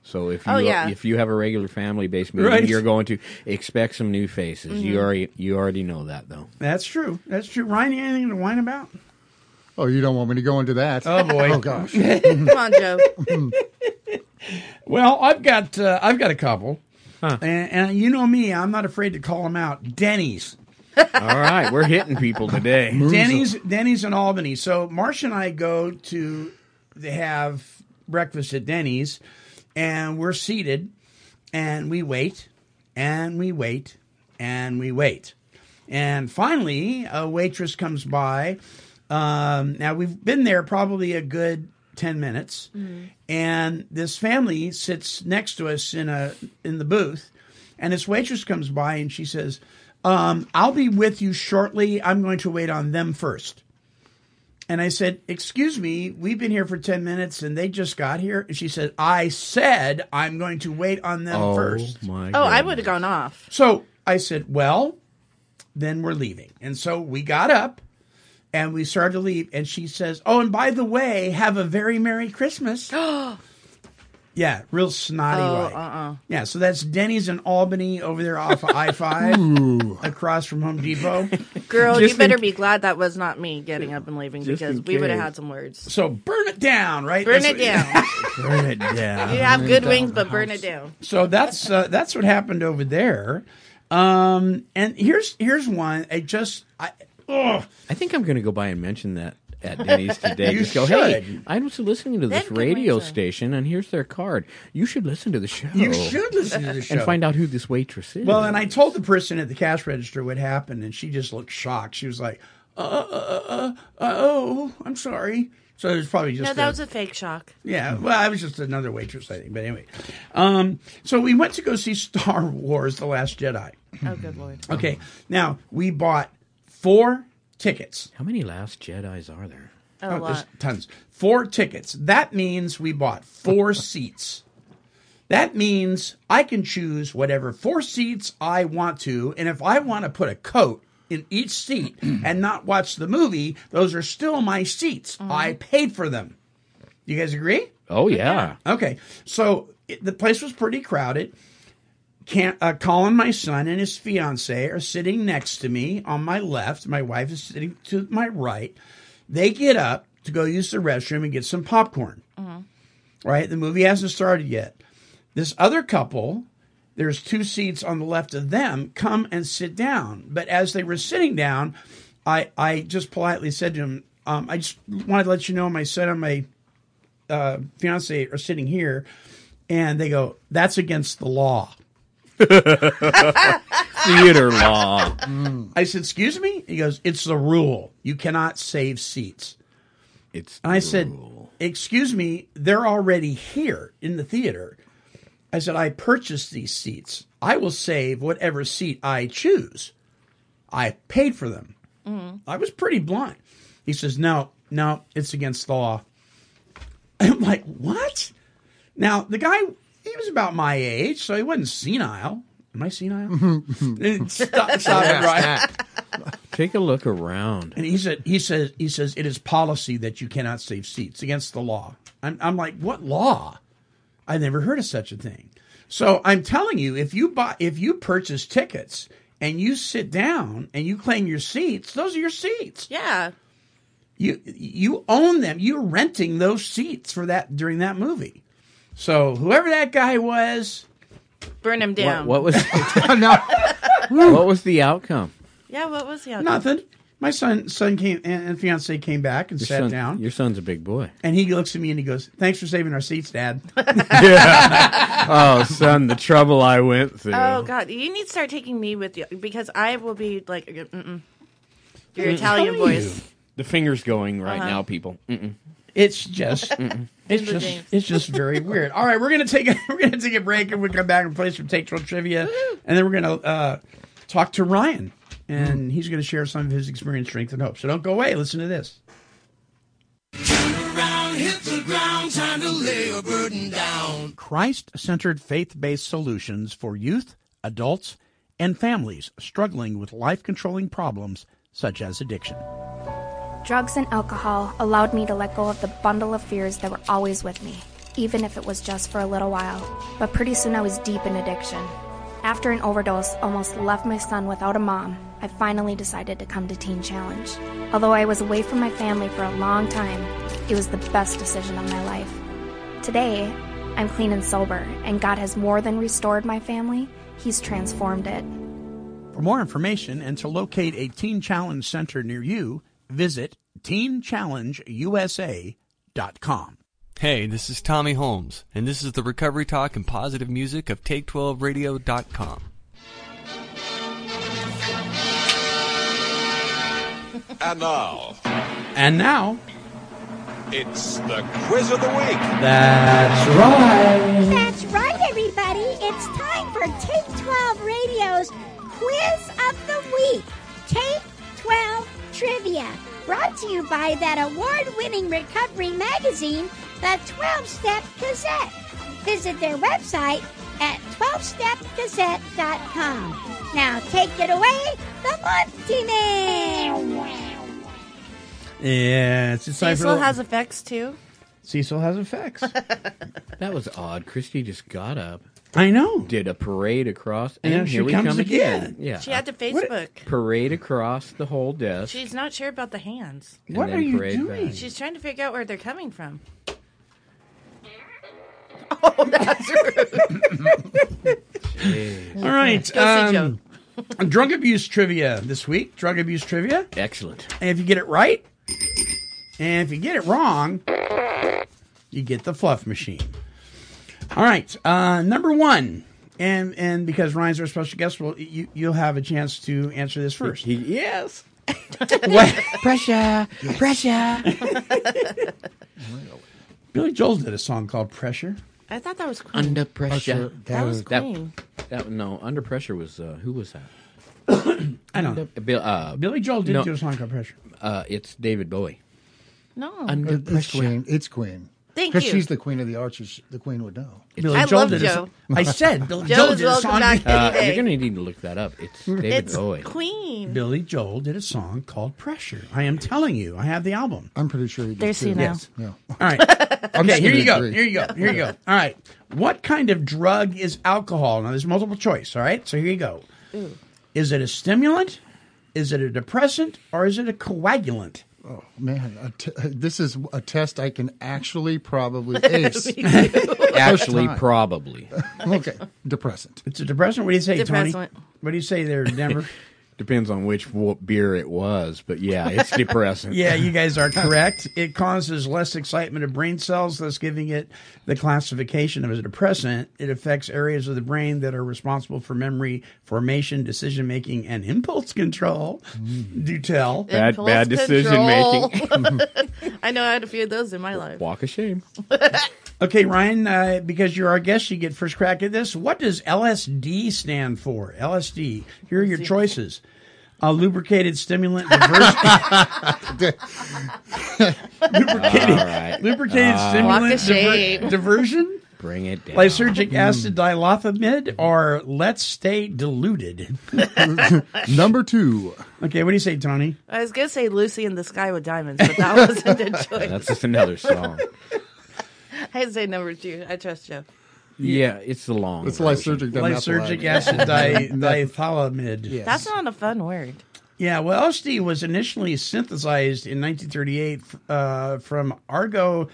Speaker 7: So if you
Speaker 6: Oh, yeah.
Speaker 7: if you have a regular family based meeting,
Speaker 5: Right.
Speaker 7: you're going to expect some new faces.
Speaker 6: Mm-hmm.
Speaker 7: You already you already know that though.
Speaker 5: That's true. That's true. Ryan, you got anything to whine about?
Speaker 8: oh, you don't want me to go into that?
Speaker 5: Oh boy.
Speaker 6: <laughs>
Speaker 8: Oh gosh.
Speaker 6: Come on, Joe.
Speaker 5: Well, I've got uh, I've got a couple, and, and you know me, I'm not afraid to call them out. Denny's,
Speaker 7: All right, we're hitting
Speaker 6: <laughs>
Speaker 7: people today.
Speaker 5: Denny's, Denny's in Albany. So Marsh and I go to they have breakfast at Denny's, and we're seated, and we wait, and we wait, and we wait, and finally a waitress comes by. Um, now we've been there probably a good ten minutes, and this family sits next to us in a in the booth, and this waitress comes by and she says, um, "I'll be with you shortly. I'm going to wait on them first. And I said, "Excuse me, we've been here for ten minutes and they just got here." And she said, "I said I'm going to wait on them
Speaker 7: Oh
Speaker 5: first.
Speaker 7: my!
Speaker 6: Oh, I
Speaker 7: goodness.
Speaker 6: would have gone off.
Speaker 5: So I said, Well, then we're leaving. And so we got up and we started to leave. And she says, Oh, and by the way, have a very Merry
Speaker 6: <gasps>
Speaker 5: Christmas. yeah, real snotty
Speaker 6: Oh,
Speaker 5: like.
Speaker 6: uh-uh.
Speaker 5: Yeah, so that's Denny's in Albany over there off of I
Speaker 6: <laughs>
Speaker 5: 5 across from Home Depot.
Speaker 6: Girl,
Speaker 7: Just
Speaker 6: you better
Speaker 7: in-
Speaker 6: be glad that was not me getting up and leaving
Speaker 7: Just
Speaker 6: because
Speaker 7: in
Speaker 6: we would have
Speaker 7: case.
Speaker 6: had some words.
Speaker 5: So burn it down, right?
Speaker 6: Burn
Speaker 5: That's
Speaker 6: it
Speaker 5: what- <laughs>
Speaker 6: down.
Speaker 5: burn it down.
Speaker 6: You have good
Speaker 8: down
Speaker 6: wings,
Speaker 8: the
Speaker 6: but burn
Speaker 8: house.
Speaker 6: it down.
Speaker 5: So that's uh, that's what happened over there. Um, and here's here's one. I just I oh, ugh.
Speaker 7: I think I'm going to go by and mention that at
Speaker 6: <laughs>
Speaker 7: Denny's today.
Speaker 5: You
Speaker 7: Just go, hey,
Speaker 5: should.
Speaker 7: I was listening to this
Speaker 6: Then come
Speaker 7: radio
Speaker 6: right to-
Speaker 7: station, and here's their card. You should listen to the show.
Speaker 6: Oh.
Speaker 5: you should listen to the show
Speaker 7: and find out who this waitress is.
Speaker 5: Well, and I told the person at the cash register what happened, and she just looked shocked. She was like, "Uh, uh, uh, uh oh, I'm sorry." So it was probably just
Speaker 6: No,
Speaker 5: a-
Speaker 6: that was a fake shock.
Speaker 5: yeah. Well, I was just another waitress, I think. But anyway, um, so we went to go see <laughs> Star Wars: The Last Jedi.
Speaker 6: Oh, good lord.
Speaker 5: Okay, now we bought four tickets.
Speaker 7: How many Last Jedi's are there?
Speaker 6: A
Speaker 5: Oh, there's
Speaker 6: lot.
Speaker 5: tons. Four tickets. That means we bought four seats. That means I can choose whatever four seats I want to. And if I want to put a coat in each seat and not watch the movie, those are still my seats. I paid for them. You guys agree?
Speaker 7: Oh, yeah.
Speaker 5: Okay, so it, the place was pretty crowded. Can uh, Colin, my son, and his fiance are sitting next to me on my left. My wife is sitting to my right. They get up to go use the restroom and get some popcorn. Right, the movie hasn't started yet. This other couple, there's two seats on the left of them. Come and sit down. But as they were sitting down, I I just politely said to him, um, I just wanted to let you know my son and my fiance are sitting here and they go that's against the law
Speaker 7: Theater law.
Speaker 5: i said excuse me he goes it's the rule you cannot save seats
Speaker 7: It's
Speaker 5: and i said excuse me they're already here in the theater i said i purchased these seats i will save whatever seat i choose i paid for them i was pretty blunt he says no no it's against the law <laughs> i'm like what Now the guy, he was about my age, so he wasn't senile. Am I senile? <laughs> stop, stop it, right?
Speaker 7: take a look around.
Speaker 5: And he said, he says, he says, it is policy that you cannot save seats against the law. I'm, I'm like, what law? I never heard of such a thing. So I'm telling you, if you buy, if you purchase tickets and you sit down and you claim your seats, those are your seats.
Speaker 6: Yeah.
Speaker 5: You you own them. You're renting those seats for that during that movie. So whoever that guy was,
Speaker 6: Burn him
Speaker 7: What,
Speaker 6: down.
Speaker 5: <laughs>
Speaker 7: what was
Speaker 8: no,
Speaker 7: <laughs> what was the outcome?
Speaker 6: Yeah, what was the other?
Speaker 5: Nothing. My son, son came and, and fiance came back and sat
Speaker 7: son,
Speaker 5: down,
Speaker 7: Your son's a big
Speaker 5: <laughs>
Speaker 7: boy.
Speaker 5: and he looks at me and he goes, "Thanks for saving our seats, Dad."
Speaker 7: Oh, son, the trouble I went through.
Speaker 6: Oh God, you need to start taking me with you because I will be like uh, mm-mm. your Italian voice.
Speaker 7: The finger's going right
Speaker 6: Uh-huh.
Speaker 7: now, people. Mm. Mm-mm.
Speaker 5: It's <laughs> just, it's
Speaker 6: Timber
Speaker 5: just,
Speaker 6: James.
Speaker 5: it's just very weird. All right, we're gonna take a, <laughs> we're gonna take a break, and we'll come back and play some take twelve trivia, and then we're gonna uh, talk to Ryan, and he's gonna share some of his experience, strength, and hope. So don't go away. Listen to this.
Speaker 3: Turn around, hit the ground, time to lay a burden down.
Speaker 5: Christ centered faith based solutions for youth, adults, and families struggling with life controlling problems such as addiction.
Speaker 10: Drugs and alcohol allowed me to let go of the bundle of fears that were always with me, even if it was just for a little while. But pretty soon I was deep in addiction. After an overdose almost left my son without a mom, I finally decided to come to Teen Challenge. Although I was away from my family for a long time, it was the best decision of my life. Today, I'm clean and sober, and God has more than restored my family, He's transformed it.
Speaker 5: For more information and to locate a Teen Challenge Center near you, visit teenchallengeusa.com.
Speaker 11: Hey, this is Tommy Holmes, and this is the recovery talk and positive music of Take12Radio.com.
Speaker 2: And now,
Speaker 5: And now,
Speaker 12: It's the quiz of the week.
Speaker 5: That's right.
Speaker 13: That's right, everybody. It's time for Take 12 Radio's Quiz of the Week. Take 12 Trivia. Brought to you by that award winning recovery magazine, The 12 Step Gazette. Visit their website at 12stepgazette.com. Now take it away, the Monty Man.
Speaker 5: Yeah, it's just time for
Speaker 6: Cecil
Speaker 5: the-
Speaker 6: has effects too.
Speaker 5: Cecil has
Speaker 6: <laughs>
Speaker 5: effects.
Speaker 7: That was odd. Christy just got up.
Speaker 5: I know.
Speaker 7: Did a parade across, and,
Speaker 5: And she
Speaker 7: here we
Speaker 5: comes
Speaker 7: come again.
Speaker 5: again.
Speaker 7: Yeah,
Speaker 6: She had to Facebook.
Speaker 7: parade across the whole desk.
Speaker 6: She's not sure about the hands.
Speaker 7: and then parade back.
Speaker 6: She's trying to figure out where they're coming from. Oh, that's rude.
Speaker 5: All right.
Speaker 6: Go see
Speaker 5: um, drug abuse trivia this week. Drug abuse trivia.
Speaker 7: Excellent.
Speaker 5: And if you get it right, and if you get it wrong, you get the fluff machine. All right. Uh, number one. And and because Ryan's our special guest, well, you you'll have a chance to answer this first.
Speaker 7: yes.
Speaker 5: pressure, pressure. Billy Joel did a song called "Pressure."
Speaker 6: I thought that was cool.
Speaker 7: Under pressure.
Speaker 5: That That was was- Queen.
Speaker 7: That, no, under pressure was uh, who was that?
Speaker 5: I don't
Speaker 7: Under- Bill, uh,
Speaker 5: Billy Joel did
Speaker 7: no,
Speaker 5: do a song called "Pressure."
Speaker 7: Uh, it's David Bowie.
Speaker 6: No.
Speaker 7: Under
Speaker 8: it's
Speaker 7: pressure.
Speaker 8: Queen. It's Queen.
Speaker 6: Thank you.
Speaker 8: she's the queen of the archers. The queen would know.
Speaker 7: Billy I Joel love did a- Joe.
Speaker 5: I said Billy
Speaker 6: Joe
Speaker 5: Joel
Speaker 6: is
Speaker 5: did a
Speaker 6: welcome
Speaker 5: song.
Speaker 6: back
Speaker 7: Uh,
Speaker 6: any
Speaker 7: you're
Speaker 6: day.
Speaker 7: gonna need to look that up. It's David
Speaker 6: It's
Speaker 7: Bowie.
Speaker 5: <laughs>
Speaker 6: Queen.
Speaker 5: Billy Joel did a song called "Pressure." I am telling you, I have the album.
Speaker 8: I'm pretty sure he did.
Speaker 6: There's
Speaker 8: too.
Speaker 6: you now. Yes.
Speaker 8: Yeah. Oh,
Speaker 5: All right.
Speaker 6: <laughs>
Speaker 8: I'm
Speaker 5: okay,
Speaker 8: just
Speaker 5: here
Speaker 8: gonna
Speaker 5: you go.
Speaker 8: agree.
Speaker 5: Here you go. Here you go. All right. What kind of drug is alcohol? Now, there's multiple choice. All right. So here you go.
Speaker 6: Ooh.
Speaker 5: Is it a stimulant? Is it a depressant? Or is it a coagulant?
Speaker 8: Oh man, a t- this is a test I can actually
Speaker 6: <laughs>
Speaker 8: probably ace.
Speaker 7: Actually,
Speaker 8: First time.
Speaker 7: probably.
Speaker 8: okay, depressant.
Speaker 5: It's a depressant. What do you say, Tony?
Speaker 6: Depressant.
Speaker 5: What do you say there, Denver?
Speaker 7: Depends on which w- beer it was, but yeah, it's depressing.
Speaker 5: <laughs> yeah, you guys are correct. It causes less excitement of brain cells, thus giving it the classification of as a depressant. It affects areas of the brain that are responsible for memory formation, decision making, and impulse control. Do tell.
Speaker 7: Bad-
Speaker 6: Impulse
Speaker 7: bad decision-making. <laughs>
Speaker 6: control. <laughs> I know I had a few of those in my life.
Speaker 7: Walk of shame.
Speaker 5: Okay, Ryan, uh, because you're our guest, you get first crack at this. What does LSD stand for? LSD. Here are your choices. A lubricated stimulant diversion. lubricated
Speaker 7: All right.
Speaker 5: lubricated
Speaker 7: Ah.
Speaker 5: stimulant
Speaker 6: Walk of shame.
Speaker 5: diver- diversion?
Speaker 7: Bring it down.
Speaker 5: Lysergic acid dilophamid or let's stay diluted.
Speaker 8: Number two.
Speaker 5: Okay, what do you say, Tony?
Speaker 6: I was gonna say Lucy in the Sky with Diamonds, but that wasn't a choice.
Speaker 7: <laughs> That's just another song.
Speaker 6: I'd say number two. I trust Joe.
Speaker 7: Yeah, it's the long.
Speaker 8: It's
Speaker 7: version.
Speaker 8: lysergic.
Speaker 5: Lysergic acid di- dithalamid.
Speaker 8: Yes.
Speaker 6: That's not a fun word.
Speaker 5: Yeah, well, LSD was initially synthesized in 1938 uh, from argotamine,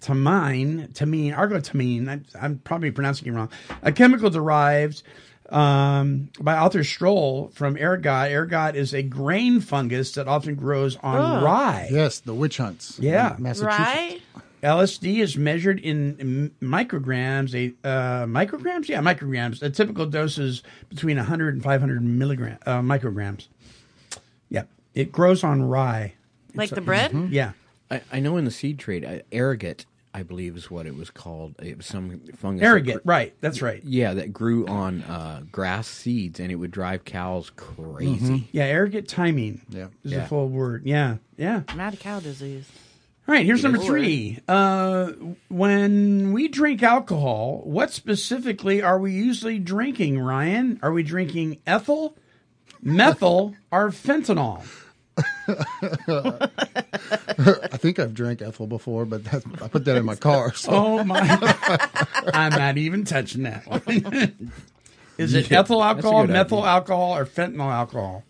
Speaker 5: tamine, argotamine. I'm, I'm probably pronouncing it wrong. A chemical derived um, by Arthur Stroll from ergot. Ergot is a grain fungus that often grows on
Speaker 6: Oh.
Speaker 5: rye.
Speaker 8: Yes, the witch hunts. in
Speaker 5: Yeah.
Speaker 8: Massachusetts.
Speaker 6: Right?
Speaker 5: LSD is measured in m- micrograms. A uh, micrograms, yeah, micrograms. A typical dose is between 100 and 500 milligram uh, micrograms. Yeah, it grows on rye.
Speaker 6: Like the bread?
Speaker 7: Mm-hmm.
Speaker 5: Yeah,
Speaker 7: I, I know in the seed trade, uh, arrogate, I believe, is what it was called. It was some fungus. that
Speaker 5: arrogant.
Speaker 7: gr-
Speaker 5: Right, that's right.
Speaker 7: Yeah, that grew on uh, grass seeds, and it would drive cows crazy.
Speaker 5: Yeah, arrogant timing.
Speaker 8: Yeah.
Speaker 5: is
Speaker 7: Yeah.
Speaker 5: the full word. Yeah, yeah.
Speaker 6: Mad cow disease.
Speaker 5: All right, here's number three. Uh, when we drink alcohol, what specifically are we usually drinking, Ryan? Are we drinking ethyl, methyl, or fentanyl?
Speaker 8: I think I've drank ethyl before, but that, I put that in my car. So
Speaker 5: Oh <laughs> my! I'm not even touching that one. <laughs> Is it
Speaker 7: Yeah,
Speaker 5: ethyl
Speaker 7: that's a
Speaker 5: alcohol,
Speaker 7: good
Speaker 5: methyl
Speaker 7: idea.
Speaker 5: alcohol, or fentanyl alcohol?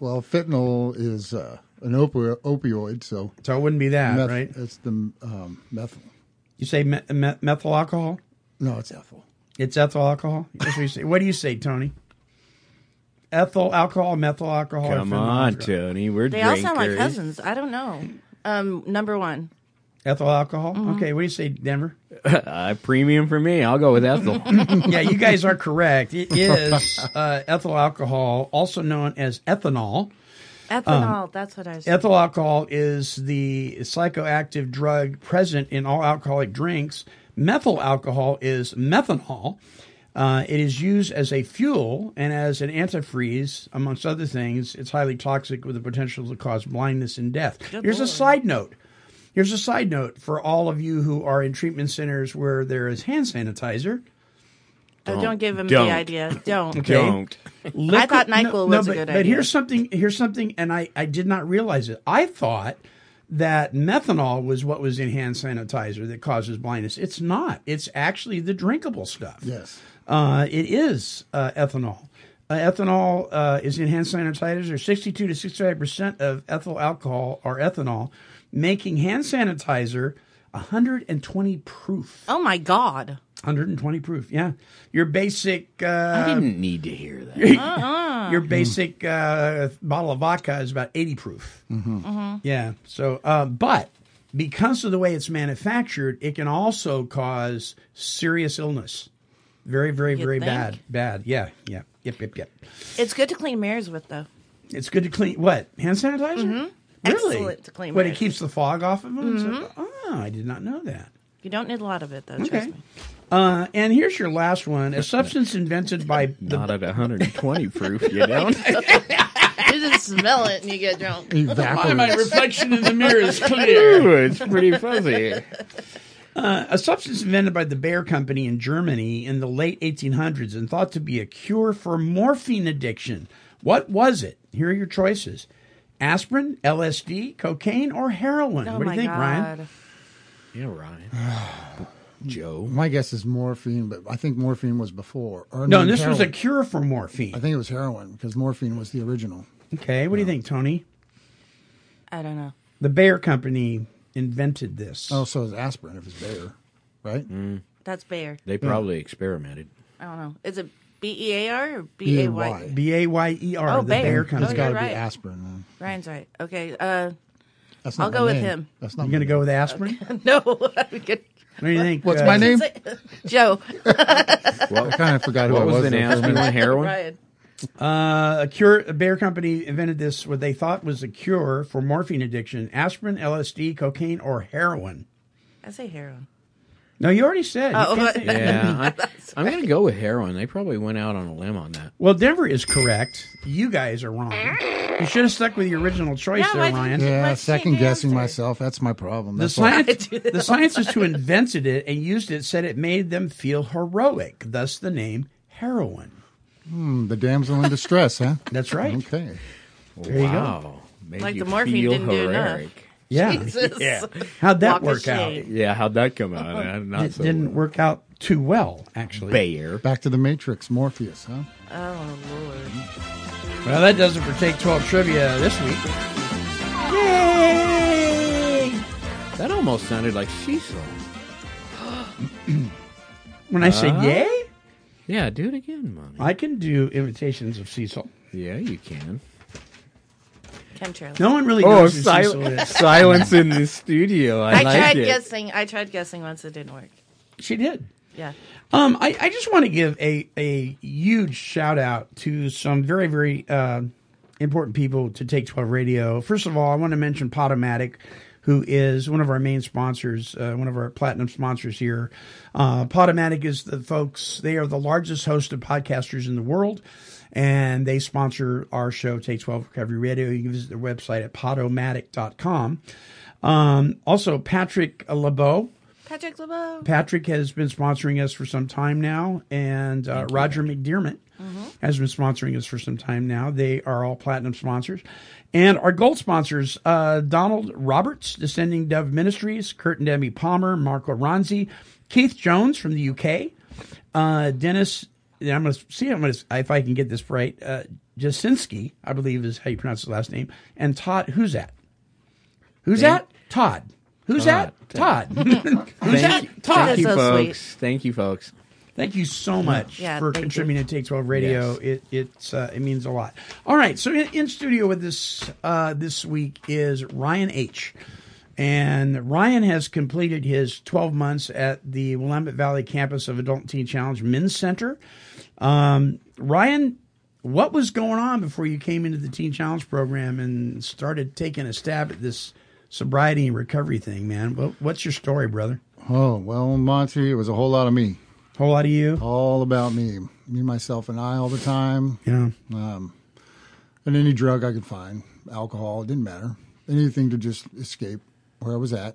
Speaker 8: well, fentanyl is uh, an opio- opioid, so
Speaker 5: So it wouldn't be that,
Speaker 8: meth-
Speaker 5: right?
Speaker 8: It's the um, methyl.
Speaker 5: You say me- me- methyl alcohol.
Speaker 8: No, it's ethyl.
Speaker 5: It's ethyl alcohol. That's what you say. What do you say, Tony? Ethyl alcohol, methyl alcohol. or
Speaker 7: Come
Speaker 5: fentanyl
Speaker 7: on,
Speaker 5: alcohol?
Speaker 7: Tony, we're
Speaker 6: They all
Speaker 7: drinkers.
Speaker 6: sound like cousins. I don't know. Um, number one.
Speaker 5: Ethyl alcohol. Okay, what do you say, Denver?
Speaker 7: Uh, premium for me. I'll go
Speaker 5: <laughs>
Speaker 7: with ethyl.
Speaker 5: yeah, you guys <laughs> are correct. It is uh, ethyl alcohol, also known as ethanol.
Speaker 6: Ethanol, that's what I was
Speaker 5: Ethyl alcohol is the psychoactive drug present in all alcoholic drinks. Methyl alcohol is methanol. Uh, it is used as a fuel and as an antifreeze, amongst other things. It's highly toxic with the potential to cause blindness and death.
Speaker 14: Good
Speaker 5: Here's a
Speaker 14: Lord.
Speaker 5: side note. Here's a side note for all of you who are in treatment centers where there is hand sanitizer.
Speaker 6: Oh, don't Don't. give him the Don't. <laughs> idea. Don't. Don't.
Speaker 5: Liquid-
Speaker 6: I thought NyQuil was a
Speaker 5: but,
Speaker 6: good
Speaker 5: but
Speaker 6: idea.
Speaker 5: here's something. Here's something, and I I did not realize it. I thought that methanol was what was in hand sanitizer that causes blindness. It's not. It's actually the drinkable stuff.
Speaker 8: Yes.
Speaker 5: Uh, it is uh, ethanol. Uh, ethanol uh, is in hand sanitizer. 62 to 65 percent of ethyl alcohol are ethanol, making hand sanitizer 120 proof.
Speaker 6: Oh my god.
Speaker 5: 120 proof. Yeah, your basic. Uh,
Speaker 7: I didn't need to hear that.
Speaker 6: Uh-uh.
Speaker 5: Your basic uh, bottle of vodka is about 80 proof.
Speaker 6: Mhm.
Speaker 5: Yeah. So, uh, but because of the way it's manufactured, it can also cause serious illness. Very, very,
Speaker 6: You'd
Speaker 5: very
Speaker 6: think.
Speaker 5: bad. Bad. Yeah. Yeah. Yep. Yep. Yep.
Speaker 6: It's good to clean mirrors with though.
Speaker 5: It's good to clean what hand sanitizer.
Speaker 6: Mhm.
Speaker 5: Really?
Speaker 6: Excellent to clean
Speaker 5: What it
Speaker 6: mirrors.
Speaker 5: keeps the fog off of them. It's like,
Speaker 6: Mhm.
Speaker 5: oh, I did not know that.
Speaker 6: You don't need a lot of it though.
Speaker 5: Okay.
Speaker 6: Trust me.
Speaker 5: Uh, and here's your last one: a substance invented by <laughs> the
Speaker 7: Not at
Speaker 5: <laughs>
Speaker 7: 120 proof, you don't.
Speaker 6: you just smell it and you get drunk.
Speaker 7: Evaporates. My
Speaker 5: reflection in the mirror is
Speaker 7: clear. Ooh, it's pretty
Speaker 5: <laughs>
Speaker 7: fuzzy.
Speaker 5: Uh, a substance invented by the Bayer Company in Germany in the late 1800s and thought to be a cure for morphine addiction. What was it? Here are your choices aspirin, LSD, cocaine, or heroin.
Speaker 6: Oh
Speaker 5: what do
Speaker 6: my
Speaker 5: you think,
Speaker 6: god.
Speaker 5: Ryan?
Speaker 7: Yeah,
Speaker 5: <sighs>
Speaker 7: Ryan. Joe.
Speaker 8: My guess is morphine, but I think morphine was before. Or
Speaker 5: No,
Speaker 8: maybe
Speaker 5: this was a
Speaker 8: heroin. Uh,
Speaker 5: cure for morphine.
Speaker 8: I think it was heroin because morphine was the original.
Speaker 5: Okay, what do you think, Tony?
Speaker 6: I don't know.
Speaker 5: The Bayer Company invented this.
Speaker 8: Oh, so is aspirin if it's Bayer, right?
Speaker 6: Mm. That's Bayer.
Speaker 7: They probably experimented.
Speaker 6: I don't know. Is it B E A R or B A Y?
Speaker 5: B A Y E R.
Speaker 6: Oh,
Speaker 5: the
Speaker 6: Bayer.
Speaker 5: Bayer
Speaker 6: Oh,
Speaker 5: Company.
Speaker 6: you're It's gotta be right.
Speaker 8: aspirin.
Speaker 6: Ryan's right. Okay. Uh, <laughs>
Speaker 8: That's
Speaker 6: I'll
Speaker 8: not my
Speaker 6: go with
Speaker 8: name.
Speaker 6: him.
Speaker 8: That's not
Speaker 5: You're going to go with aspirin?
Speaker 6: no. <laughs> I'm good.
Speaker 5: What do you think?
Speaker 8: What's
Speaker 5: uh,
Speaker 8: my name?
Speaker 6: <laughs> Joe.
Speaker 8: I kind of forgot who
Speaker 7: What
Speaker 8: I
Speaker 7: was
Speaker 8: was.
Speaker 7: the
Speaker 8: there for a
Speaker 7: nasty
Speaker 8: minute.
Speaker 7: one? Heroin?
Speaker 6: <laughs> Ryan.
Speaker 5: Uh, a cure. A Bayer company invented this, what they thought was a cure for morphine addiction: aspirin, LSD, cocaine, or heroin.
Speaker 6: I say heroin.
Speaker 5: No, you already said. You
Speaker 6: Oh,
Speaker 5: can't
Speaker 6: what?
Speaker 5: think-
Speaker 6: <laughs>
Speaker 7: Yeah, I, I'm going to go with heroin. They probably went out on a limb on that.
Speaker 5: Well, Denver is correct. You guys are wrong. You should have stuck with your original choice
Speaker 6: Yeah, why
Speaker 5: there,
Speaker 6: didn't
Speaker 5: Ryan.
Speaker 8: Yeah, second guessing myself. That's my problem.
Speaker 5: The,
Speaker 8: That's why-
Speaker 5: science, the scientists who invented it and used it said it made them feel heroic, thus the name heroin.
Speaker 8: Hmm, the damsel in distress, huh?
Speaker 5: <laughs> That's right.
Speaker 8: Okay.
Speaker 5: There you go.
Speaker 7: Wow. Made
Speaker 6: Like
Speaker 7: you
Speaker 6: the morphine
Speaker 7: feel
Speaker 6: didn't do enough.
Speaker 7: heroic.
Speaker 5: Yeah.
Speaker 6: Jesus.
Speaker 5: Yeah. How'd that
Speaker 6: Walk of
Speaker 5: work out?
Speaker 6: shame.
Speaker 7: Yeah, how'd that come out? Uh, Not
Speaker 5: It
Speaker 7: so
Speaker 5: didn't work out too well, actually.
Speaker 7: Bayer.
Speaker 8: Back to the Matrix, Morpheus, huh?
Speaker 6: Oh Lord.
Speaker 5: Well, that does it for Take 12 Trivia this week. Yay!
Speaker 7: That almost sounded like Cecil.
Speaker 5: When I say
Speaker 7: Ah.
Speaker 5: yay,
Speaker 7: Yeah, do it again, Monty.
Speaker 5: I can do imitations of Cecil.
Speaker 7: Yeah, you can.
Speaker 6: Chemtrails.
Speaker 5: No one really
Speaker 7: oh,
Speaker 5: knows who
Speaker 7: sil-
Speaker 5: Cecil is.
Speaker 7: silence in the studio. I,
Speaker 6: I,
Speaker 7: like
Speaker 6: tried
Speaker 7: it.
Speaker 6: guessing. I tried guessing once. It didn't work.
Speaker 5: <laughs> She did.
Speaker 6: Yeah.
Speaker 5: Um, I, I just want to give a, a huge shout out to some very, very uh, important people to Take 12 Radio. First of all, I want to mention Potomatic, who is one of our main sponsors, uh, one of our platinum sponsors here. Uh, Potomatic is the folks, they are the largest host of podcasters in the world, and they sponsor our show, Take 12 Recovery Radio. You can visit their website at potomatic.com. Um, also, Patrick LeBeau.
Speaker 6: Patrick LeBeau.
Speaker 5: Patrick has been sponsoring us for some time now, and uh, Roger McDermott has been sponsoring us for some time now. They are all platinum sponsors. And our gold sponsors uh, Donald Roberts, Descending Dove Ministries, Kurt and Debbie Palmer, Marco Ronzi, Keith Jones from the UK, uh, Dennis, and I'm going to see I'm gonna, if I can get this right, uh, Jasinski, I believe is how you pronounce his last name, and Todd, who's that? Who's
Speaker 7: Thank-
Speaker 5: that? Todd. Who's
Speaker 7: Todd.
Speaker 5: that? Todd. <laughs> Who's that?
Speaker 7: Thank,
Speaker 5: Todd.
Speaker 7: thank you, folks. Thank you, folks.
Speaker 5: Thank you so much
Speaker 6: Yeah,
Speaker 5: for
Speaker 6: thank you.
Speaker 5: contributing to Take 12 Radio. It it's uh, it means a lot. All right, so in, in studio with this uh, this week is Ryan H. And Ryan has completed his 12 months at the Willamette Valley campus of Adult and Teen Challenge Men's Center. Um, Ryan What was going on before you came into the Teen Challenge program and started taking a stab at this sobriety and recovery thing, man? What, what's your story, brother?
Speaker 8: Oh, well, Monty, it was a whole lot of me.
Speaker 5: Whole lot of you?
Speaker 8: All about me. Me, myself, and I all the time.
Speaker 5: Yeah.
Speaker 8: Um, and any drug I could find, alcohol, it didn't matter. Anything to just escape where I was at.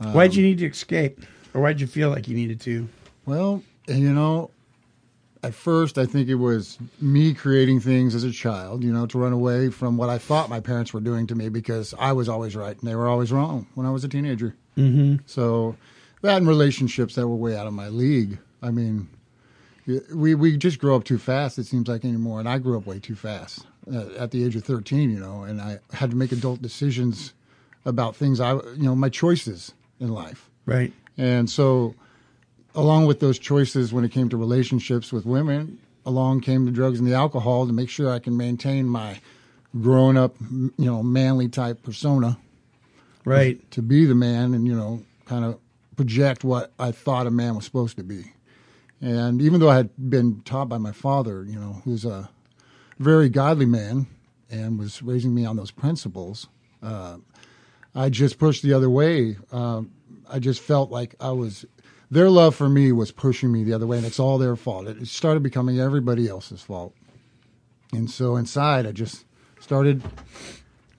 Speaker 8: Um,
Speaker 5: why'd you need to escape, or why'd you feel like you needed to?
Speaker 8: Well, you know, at first I think it was me creating things as a child, you know, to run away from what I thought my parents were doing to me because I was always right and they were always wrong when I was a teenager.
Speaker 3: Mhm.
Speaker 8: So that and relationships that were way out of my league. I mean, we we just grow up too fast. It seems like anymore, and I grew up way too fast uh, at the age of thirteen. You know, and I had to make adult decisions about things I, you know, my choices in life.
Speaker 5: Right.
Speaker 8: And so, along with those choices, when it came to relationships with women, along came the drugs and the alcohol to make sure I can maintain my grown up, you know, manly type persona.
Speaker 5: Right.
Speaker 8: To be the man and, you know, kind of project what I thought a man was supposed to be. And even though I had been taught by my father, you know, who's a very godly man and was raising me on those principles, uh, I just pushed the other way. Um, I just felt like I was, their love for me was pushing me the other way, and it's all their fault. It it started becoming everybody else's fault. And so inside, I just started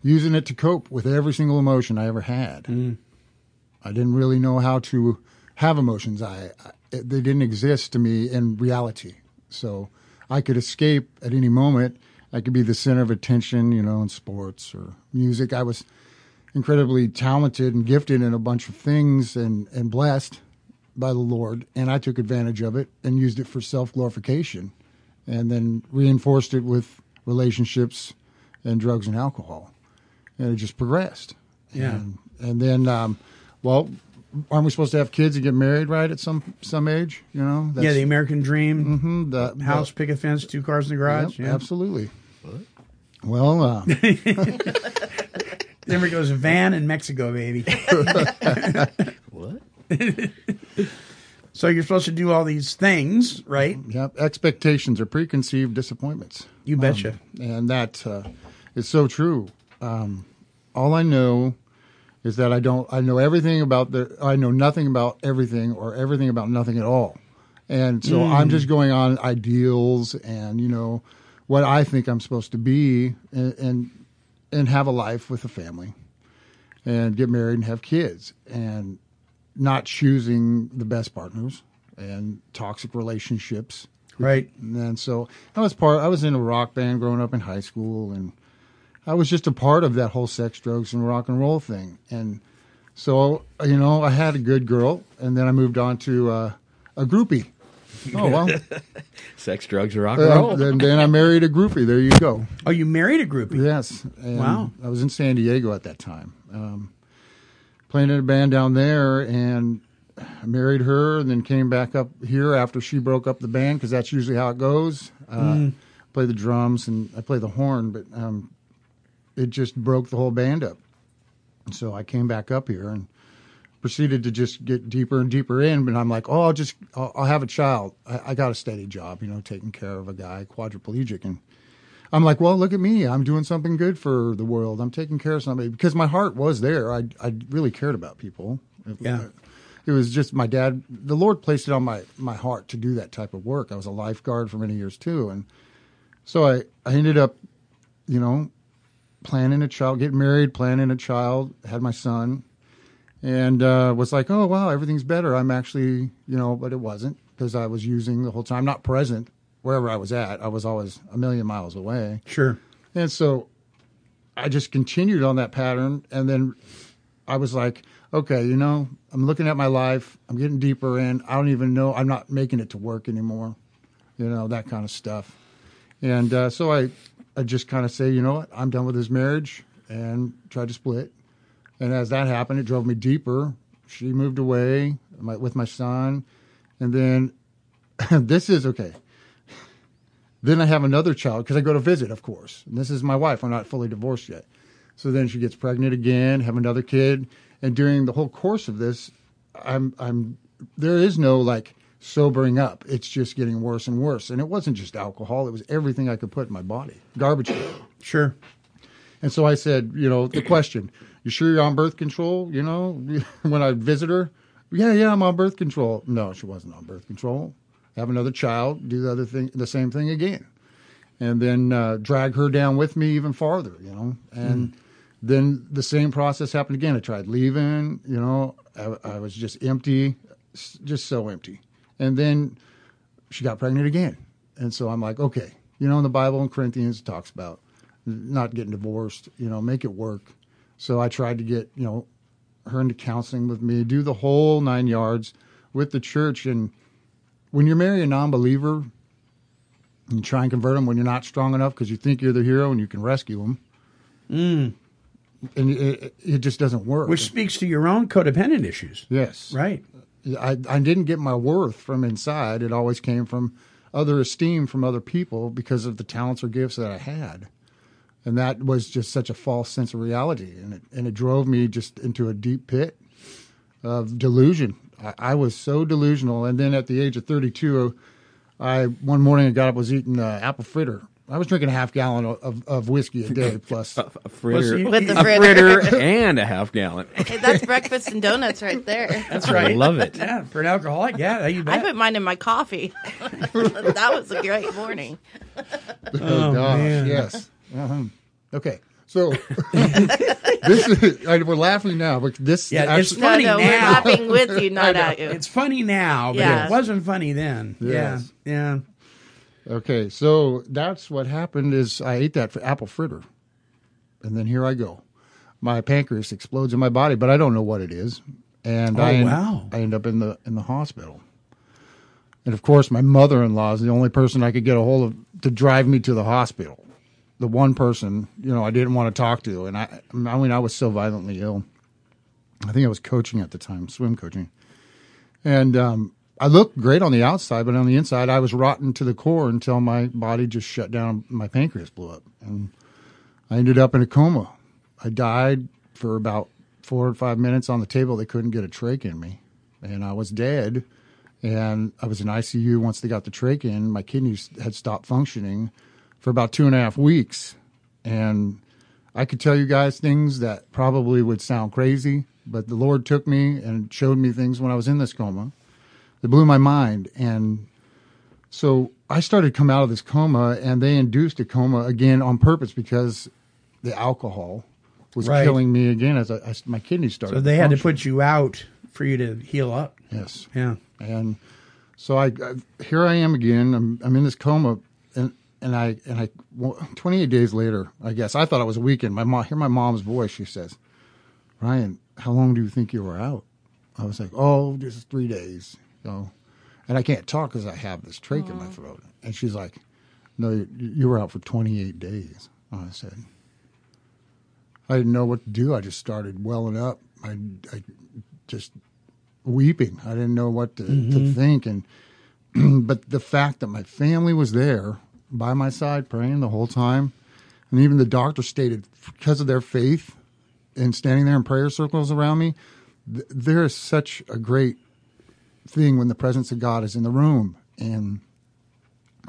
Speaker 8: using it to cope with every single emotion I ever had. I didn't really know how to have emotions. I, I they didn't exist to me in reality. So I could escape at any moment. I could be the center of attention, you know, in sports or music. I was incredibly talented and gifted in a bunch of things and, and blessed by the Lord. And I took advantage of it and used it for self glorification and then reinforced it with relationships and drugs and alcohol. And it just progressed.
Speaker 5: Yeah.
Speaker 8: And, and then, um, well, aren't we supposed to have kids and get married right at some some age? You know,
Speaker 5: yeah, the American dream.
Speaker 8: hmm the
Speaker 5: House, picket fence, two cars in the garage.
Speaker 8: Yep,
Speaker 5: yeah.
Speaker 8: absolutely. Well, uh,
Speaker 5: Then we goes van in Mexico, baby.
Speaker 8: What?
Speaker 5: so you're supposed to do all these things, right?
Speaker 8: Yep. Expectations are preconceived disappointments.
Speaker 5: You betcha.
Speaker 8: Um, and that uh, is so true. Um, all I know is that I don't. I know everything about the. I know nothing about everything, or everything about nothing at all. And so
Speaker 5: Hmm.
Speaker 14: Mm.
Speaker 8: I'm just going on ideals and you know what I think I'm supposed to be, and and, and have a life with a family, and get married and have kids, and not choosing the best partners and toxic relationships.
Speaker 5: Right.
Speaker 8: And so I was part I was in a rock band growing up in high school and I was just a part of that whole sex, drugs and rock and roll thing. And so, you know, I had a good girl and then I moved on to uh, a groupie. Oh well.
Speaker 7: Sex, drugs, rock and
Speaker 8: Uh,
Speaker 7: roll.
Speaker 8: then, then I married a groupie. There you go.
Speaker 5: Oh, you married a groupie?
Speaker 8: Yes. And
Speaker 5: Wow.
Speaker 8: I was in San Diego at that time, um, playing in a band down there, and I married her, and then came back up here after she broke up the band because that's usually how it goes. Uh,
Speaker 5: Mm.
Speaker 8: Play the drums and I play the horn, but um, it just broke the whole band up. And so I came back up here and proceeded to just get deeper and deeper in. But I'm like, oh, I'll just, I'll, I'll have a child. I, I got a steady job, you know, taking care of a guy quadriplegic. And I'm like, well, look at me. I'm doing something good for the world. I'm taking care of somebody because my heart was there. I, I really cared about people.
Speaker 5: Yeah.
Speaker 8: It was just my dad, the Lord placed it on my, my heart to do that type of work. I was a lifeguard for many years too. And so I, I ended up, you know, planning a child, getting married, planning a child, had my son, and uh, was like, oh, wow, everything's better. I'm actually, you know, but it wasn't because I was using the whole time, not present wherever I was at. I was always a million miles away.
Speaker 5: Sure.
Speaker 8: And so I just continued on that pattern. And then I was like, okay, you know, I'm looking at my life. I'm getting deeper in. I don't even know. I'm not making it to work anymore, you know, that kind of stuff. And uh, so I, I just kind of say, you know what, I'm done with this marriage and tried to split. And as that happened, it drove me deeper. She moved away my, with my son. And then <laughs> this is okay. Then I have another child because I go to visit, of course. And this is my wife. I'm not fully divorced yet. So then she gets pregnant again, have another kid, and during the whole course of this, I'm I'm there is no like sobering up. It's just getting worse and worse. And it wasn't just alcohol, it was everything I could put in my body. Garbage.
Speaker 5: Sure.
Speaker 8: And so I said, you know, the question, you sure you're on birth control? You know, <laughs> when I visit her, yeah, yeah, I'm on birth control. No, she wasn't on birth control. Have another child, do the other thing, the same thing again. And then uh, drag her down with me even farther, you know. And then the same process happened again. I tried leaving, you know, I, I was just empty, s- just so empty. And then she got pregnant again. And so I'm like, okay, you know, in the Bible in Corinthians it talks about not getting divorced, you know, make it work. So I tried to get, you know, her into counseling with me, do the whole nine yards with the church. And when you marry a non believer and try and convert them when you're not strong enough because you think you're the hero and you can rescue them,
Speaker 5: Mm.
Speaker 8: and it, it- it just doesn't work.
Speaker 5: Which speaks to your own codependent issues.
Speaker 8: Yes.
Speaker 5: Right.
Speaker 8: I, I didn't get my worth from inside. It always came from other esteem from other people because of the talents or gifts that I had. And that was just such a false sense of reality. And it, and it drove me just into a deep pit of delusion. I, I was so delusional. And then at the age of 32, I one morning I got up was eating uh, apple fritter. I was drinking a half gallon of, of, of whiskey a day plus
Speaker 7: a, a fritter,
Speaker 6: With the
Speaker 7: a
Speaker 6: fritter.
Speaker 7: fritter and a half gallon.
Speaker 6: Hey, that's breakfast and donuts right there.
Speaker 5: That's
Speaker 7: I
Speaker 5: right.
Speaker 7: love it.
Speaker 5: Yeah, for an alcoholic, yeah, you
Speaker 6: I
Speaker 5: bet.
Speaker 6: put mine in my coffee. <laughs> that was a great morning.
Speaker 8: Oh, gosh, yes. Uh-huh. Okay, so <laughs> this is I, we're laughing now, but this
Speaker 5: Yeah, it's
Speaker 8: actually-
Speaker 5: funny
Speaker 6: No, no, we're
Speaker 5: now.
Speaker 6: laughing with you, not
Speaker 5: I know.
Speaker 6: at you.
Speaker 5: It's funny now, but
Speaker 6: Yeah.
Speaker 5: it wasn't funny then.
Speaker 8: Yes.
Speaker 5: Yeah,
Speaker 8: yeah. Okay, so that's what happened. Is I ate that apple fritter, and then here I go. My pancreas explodes in my body, but I don't know what it is, and
Speaker 5: Oh,
Speaker 8: I end,
Speaker 5: wow.
Speaker 8: I end up in the in the hospital. And of course, my mother in law is the only person I could get a hold of to drive me to the hospital. The one person, you know, I didn't want to talk to, and I, I mean, I was so violently ill. I think I was coaching at the time, swim coaching, and um, I looked great on the outside, but on the inside, I was rotten to the core until my body just shut down. My pancreas blew up, and I ended up in a coma. I died for about four or five minutes on the table. They couldn't get a trach in me, and I was dead. And I was in ICU once they got the trach in. My kidneys had stopped functioning for about two and a half weeks, and I could tell you guys things that probably would sound crazy, but the Lord took me and showed me things when I was in this coma that blew my mind. And so I started to come out of this coma, and they induced a coma again on purpose because the alcohol was
Speaker 5: Right.
Speaker 8: killing me again as I, I- my kidneys started.
Speaker 5: so they had to
Speaker 8: functioning.
Speaker 5: put you out for you to heal up.
Speaker 8: Yes.
Speaker 5: Yeah.
Speaker 8: And so I, I here I am again. I'm I'm in this coma, and and I and I well, 28 days later, I guess I thought it was a weekend. My mom hear my mom's voice. She says, "Ryan, how long do you think you were out?" I was like, "Oh, just three days." So, and I can't talk because I have this trach in my throat. And she's like, "No, you, you were out for 28 days." I said, "I didn't know what to do. I just started welling up. I, I just weeping. I didn't know what to, to
Speaker 5: Mhm.
Speaker 8: think. And <clears throat> but the fact that my family was there by my side praying the whole time, and even the doctor stated because of their faith and standing there in prayer circles around me, th- there is such a great thing when the presence of God is in the room. And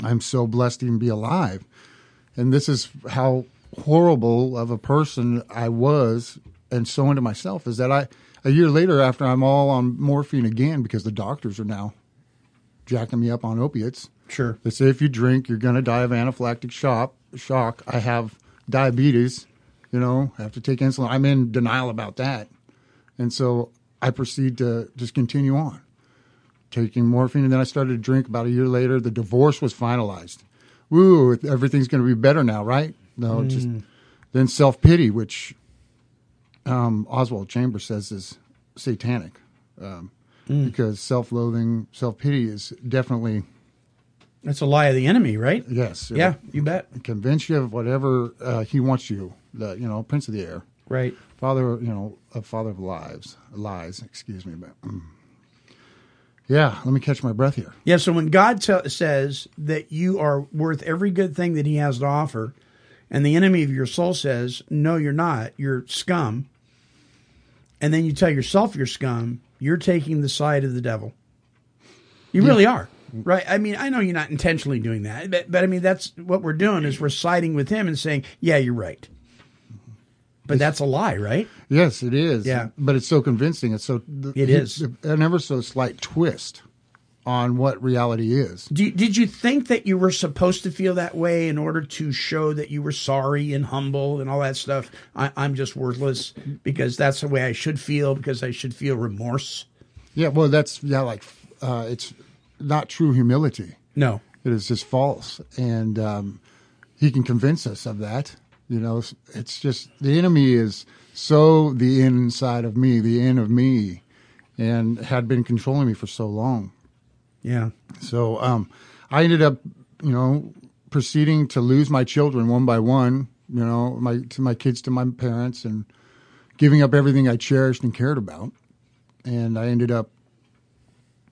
Speaker 8: I'm so blessed to even be alive. And this is how horrible of a person I was and so into myself is that I, a year later, after I'm all on morphine again, because the doctors are now jacking me up on opiates.
Speaker 5: Sure.
Speaker 8: They say if you drink, you're going to die of anaphylactic shock. Shock. I have diabetes. You know, I have to take insulin. I'm in denial about that, and so I proceed to just continue on taking morphine, and then I started to drink. About a year later, the divorce was finalized. Woo! Everything's going to be better now, right? No, it's just
Speaker 5: Mm.
Speaker 8: then self pity, which um, Oswald Chambers says is satanic, um,
Speaker 5: Mm.
Speaker 8: because self loathing, self pity is definitely
Speaker 5: That's a lie of the enemy, right?
Speaker 8: Yes.
Speaker 5: Yeah, you bet.
Speaker 8: Convince you of whatever uh, he wants you. The you know, prince of the air.
Speaker 5: Right.
Speaker 8: Father, you know, a father of lies, lies. Excuse me, but mm. yeah. Let me catch my breath here.
Speaker 5: Yeah. So when God te- says that you are worth every good thing that He has to offer, and the enemy of your soul says, "No, you're not. You're scum," and then you tell yourself you're scum, you're taking the side of the devil. You
Speaker 8: Yeah.
Speaker 5: really are. Right. I mean, I know you're not intentionally doing that, but, but I mean, that's what we're doing is we're siding with him and saying, yeah, you're right. But that's a lie, right?
Speaker 8: Yes, it is.
Speaker 5: Yeah.
Speaker 8: but it's so convincing. It's so th-
Speaker 5: It is.
Speaker 8: an ever so slight twist on what reality is.
Speaker 5: Do, did you think that you were supposed to feel that way in order to show that you were sorry and humble and all that stuff? I, I'm just worthless because that's the way I should feel because I should feel remorse.
Speaker 8: Yeah, well, that's yeah, like uh, it's not true humility.
Speaker 5: No.
Speaker 8: it is just false, and um, he can convince us of that. You know, it's- it's just the enemy is so the inside of me, the in of me, and had been controlling me for so long.
Speaker 5: Yeah.
Speaker 8: So um, I ended up, you know, proceeding to lose my children one by one. You know, my to my kids to my parents, and giving up everything I cherished and cared about. And I ended up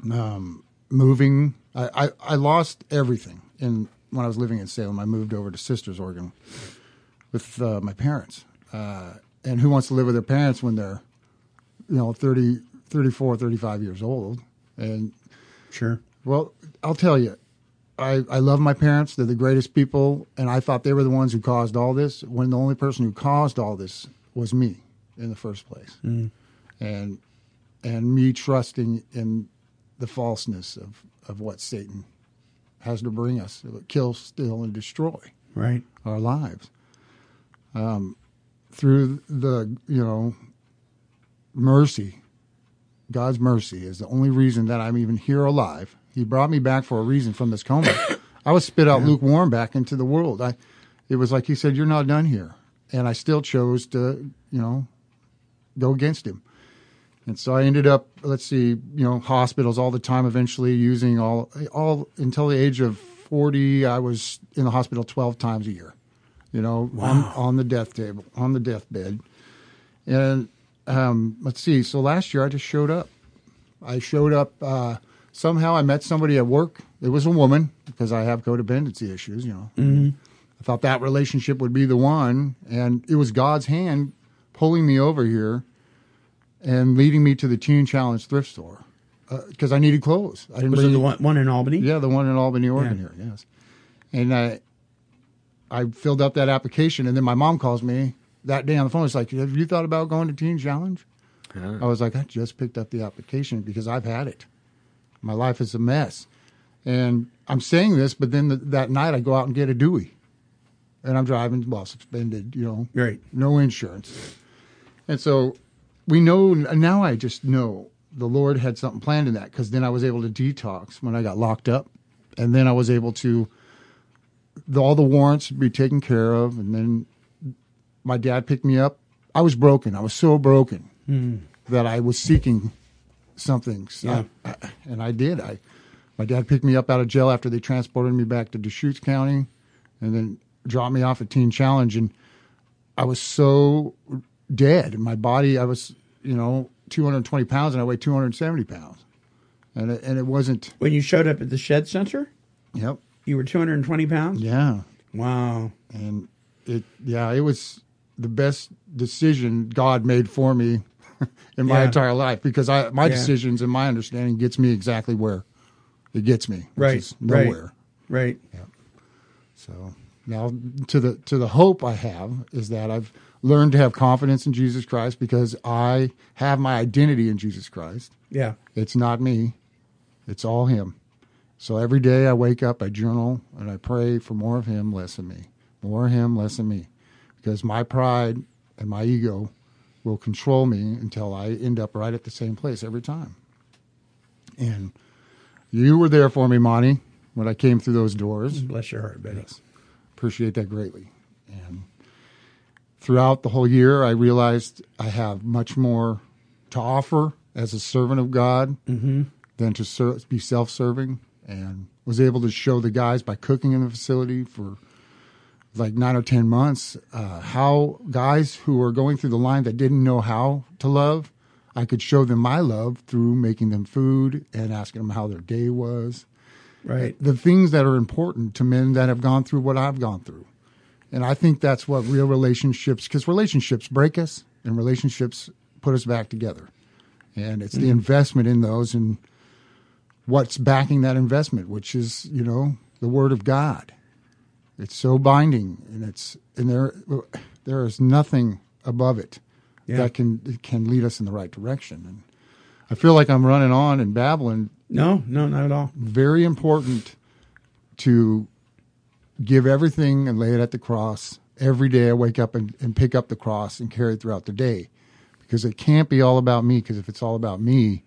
Speaker 8: um, moving. I, I, I lost everything. And when I was living in Salem, I moved over to Sisters, Oregon, with uh, my parents. Uh, and who wants to live with their parents when they're, you know, 30, 34, 35 years old? And
Speaker 5: sure.
Speaker 8: Well, I'll tell you, I, I love my parents. They're the greatest people. And I thought they were the ones who caused all this when the only person who caused all this was me in the first place
Speaker 5: Mm.
Speaker 8: and and me trusting in the falseness of, of what Satan has to bring us, kill, steal, and destroy
Speaker 5: Right.
Speaker 8: our lives um, through the you know mercy. God's mercy is the only reason that I'm even here alive. He brought me back for a reason from this coma. I was spit out lukewarm back into the world. I, it was like he said, "You're not done here," and I still chose to, you know, go against him. And so I ended up, let's see, you know, hospitals all the time. Eventually, using all all until the age of forty, I was in the hospital twelve times a year. You know, on, on the death table, on the deathbed, and um, let's see. So last year, I just showed up. I showed up. Uh, somehow, I met somebody at work. It was a woman because I have codependency issues. You know,
Speaker 5: Mhm.
Speaker 8: I thought that relationship would be the one, and it was God's hand pulling me over here and leading me to the Teen Challenge thrift store because I needed clothes. I didn't
Speaker 5: Was it
Speaker 8: really-
Speaker 5: the one, one in Albany?
Speaker 8: Yeah, the one in Albany, Oregon.
Speaker 5: Yeah.
Speaker 8: Here, yes. And I, I filled up that application, and then my mom calls me that day on the phone. It's like, have you thought about going to Teen Challenge? I was like, I just picked up the application because I've had it. My life is a mess, and I'm saying this, but then th that night I go out and get a Dewey, and I'm driving well suspended, you know,
Speaker 5: right,
Speaker 8: no insurance, and so we know now. I just know the Lord had something planned in that because then I was able to detox when I got locked up, and then I was able to the, all the warrants would be taken care of, and then my dad picked me up. I was broken. I was so broken
Speaker 5: Hmm.
Speaker 8: that I was seeking something. So I- I- and I did. I my dad picked me up out of jail after they transported me back to Deschutes County, and then dropped me off at Teen Challenge. And I was so dead. My body. I was you know 220 pounds, and I weighed 270 pounds. And it, and it wasn't.
Speaker 5: When you showed up at the Shed Center,
Speaker 8: Yep.
Speaker 5: you were 220 pounds?
Speaker 8: Yeah.
Speaker 5: Wow.
Speaker 8: And it, yeah, it was the best decision God made for me <laughs> in my
Speaker 5: Yeah.
Speaker 8: entire life because I, my
Speaker 5: Yeah.
Speaker 8: decisions and my understanding gets me exactly where it gets me, which
Speaker 5: Right,
Speaker 8: is
Speaker 5: right.
Speaker 8: nowhere.
Speaker 5: Right.
Speaker 8: So now to the to the hope I have is that I've learned to have confidence in Jesus Christ because I have my identity in Jesus Christ.
Speaker 5: Yeah.
Speaker 8: It's not me. It's all him. So every day I wake up, I journal and I pray for more of him, less of me. More of him, less of me. Because my pride and my ego will control me until I end up right at the same place every time. And you were there for me, Monty, when I came through those doors.
Speaker 5: Bless your heart, Betty.
Speaker 8: Appreciate that greatly. And throughout the whole year, I realized I have much more to offer as a servant of God
Speaker 5: Mhm.
Speaker 8: than to ser- be self serving. And was able to show the guys by cooking in the facility for like nine or 10 months uh, how guys who were going through the line that didn't know how to love, I could show them my love through making them food and asking them how their day was
Speaker 5: Right.
Speaker 8: the things that are important to men that have gone through what I've gone through. And I think that's what real relationships, because relationships break us and relationships put us back together. And it's the
Speaker 5: Mhm.
Speaker 8: investment in those. And what's backing that investment, which is you know the Word of God. It's so binding, and it's and there there is nothing above it
Speaker 5: Yeah.
Speaker 8: that can can lead us in the right direction. And I feel like I'm running on and babbling.
Speaker 5: No, no, not at all.
Speaker 8: Very important to give everything and lay it at the cross every day. I wake up and, and pick up the cross and carry it throughout the day because it can't be all about me. Because if it's all about me,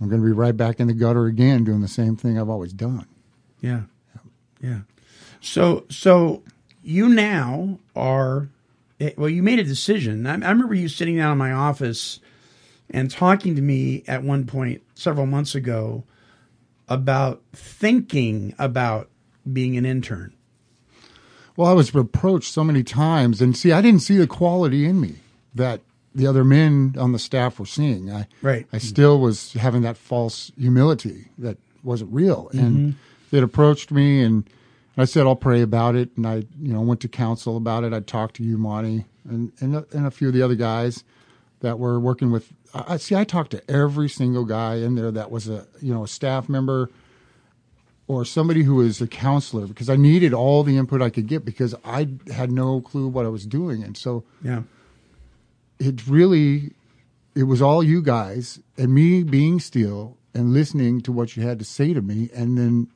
Speaker 8: I'm going to be right back in the gutter again doing the same thing I've always done.
Speaker 5: Yeah. Yeah. So so you now are eh, well you made a decision. I, I remember you sitting down in my office and talking to me at one point several months ago about thinking about being an intern.
Speaker 8: Well, I was approached so many times, and see, I didn't see the quality in me that the other men on the staff were seeing. I
Speaker 5: Right.
Speaker 8: I still was having that false humility that wasn't real, and
Speaker 5: Mhm.
Speaker 8: they'd approached me, and I said, "I'll pray about it," and I, you know, went to counsel about it. I talked to you, Monty, and and a, and a few of the other guys that were working with. I I- see. I talked to every single guy in there that was a you know a staff member or somebody who was a counselor because I needed all the input I could get because I had no clue what I was doing. And so
Speaker 5: Yeah.
Speaker 8: it really, it was all you guys and me being still and listening to what you had to say to me. And then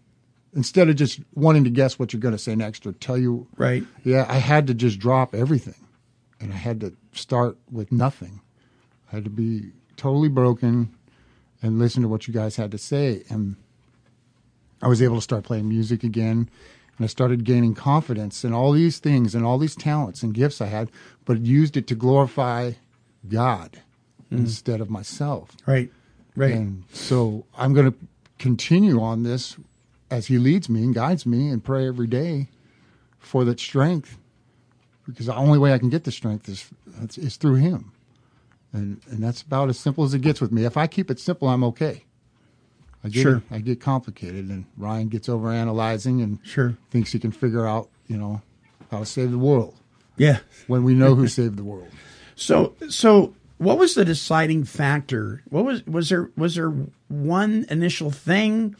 Speaker 8: instead of just wanting to guess what you're going to say next or tell you,
Speaker 5: Right.
Speaker 8: Yeah, I had to just drop everything and I had to start with nothing. I had to be totally broken and listen to what you guys had to say. And I was able to start playing music again. And I started gaining confidence in all these things and all these talents and gifts I had, but used it to glorify God
Speaker 5: Mm.
Speaker 8: instead of myself.
Speaker 5: Right. Right.
Speaker 8: And so I'm going to continue on this as He leads me and guides me and pray every day for that strength because the only way I can get the strength is, is through Him. And, and that's about as simple as it gets with me. If I keep it simple, I'm okay. I get
Speaker 5: Sure.
Speaker 8: I get complicated, and Ryan gets over analyzing and
Speaker 5: sure
Speaker 8: thinks he can figure out, you know, how to save the world.
Speaker 5: Yeah.
Speaker 8: When we
Speaker 5: <laughs>
Speaker 8: know who saved the world.
Speaker 5: So so what was the deciding factor? What was was there was there one initial thing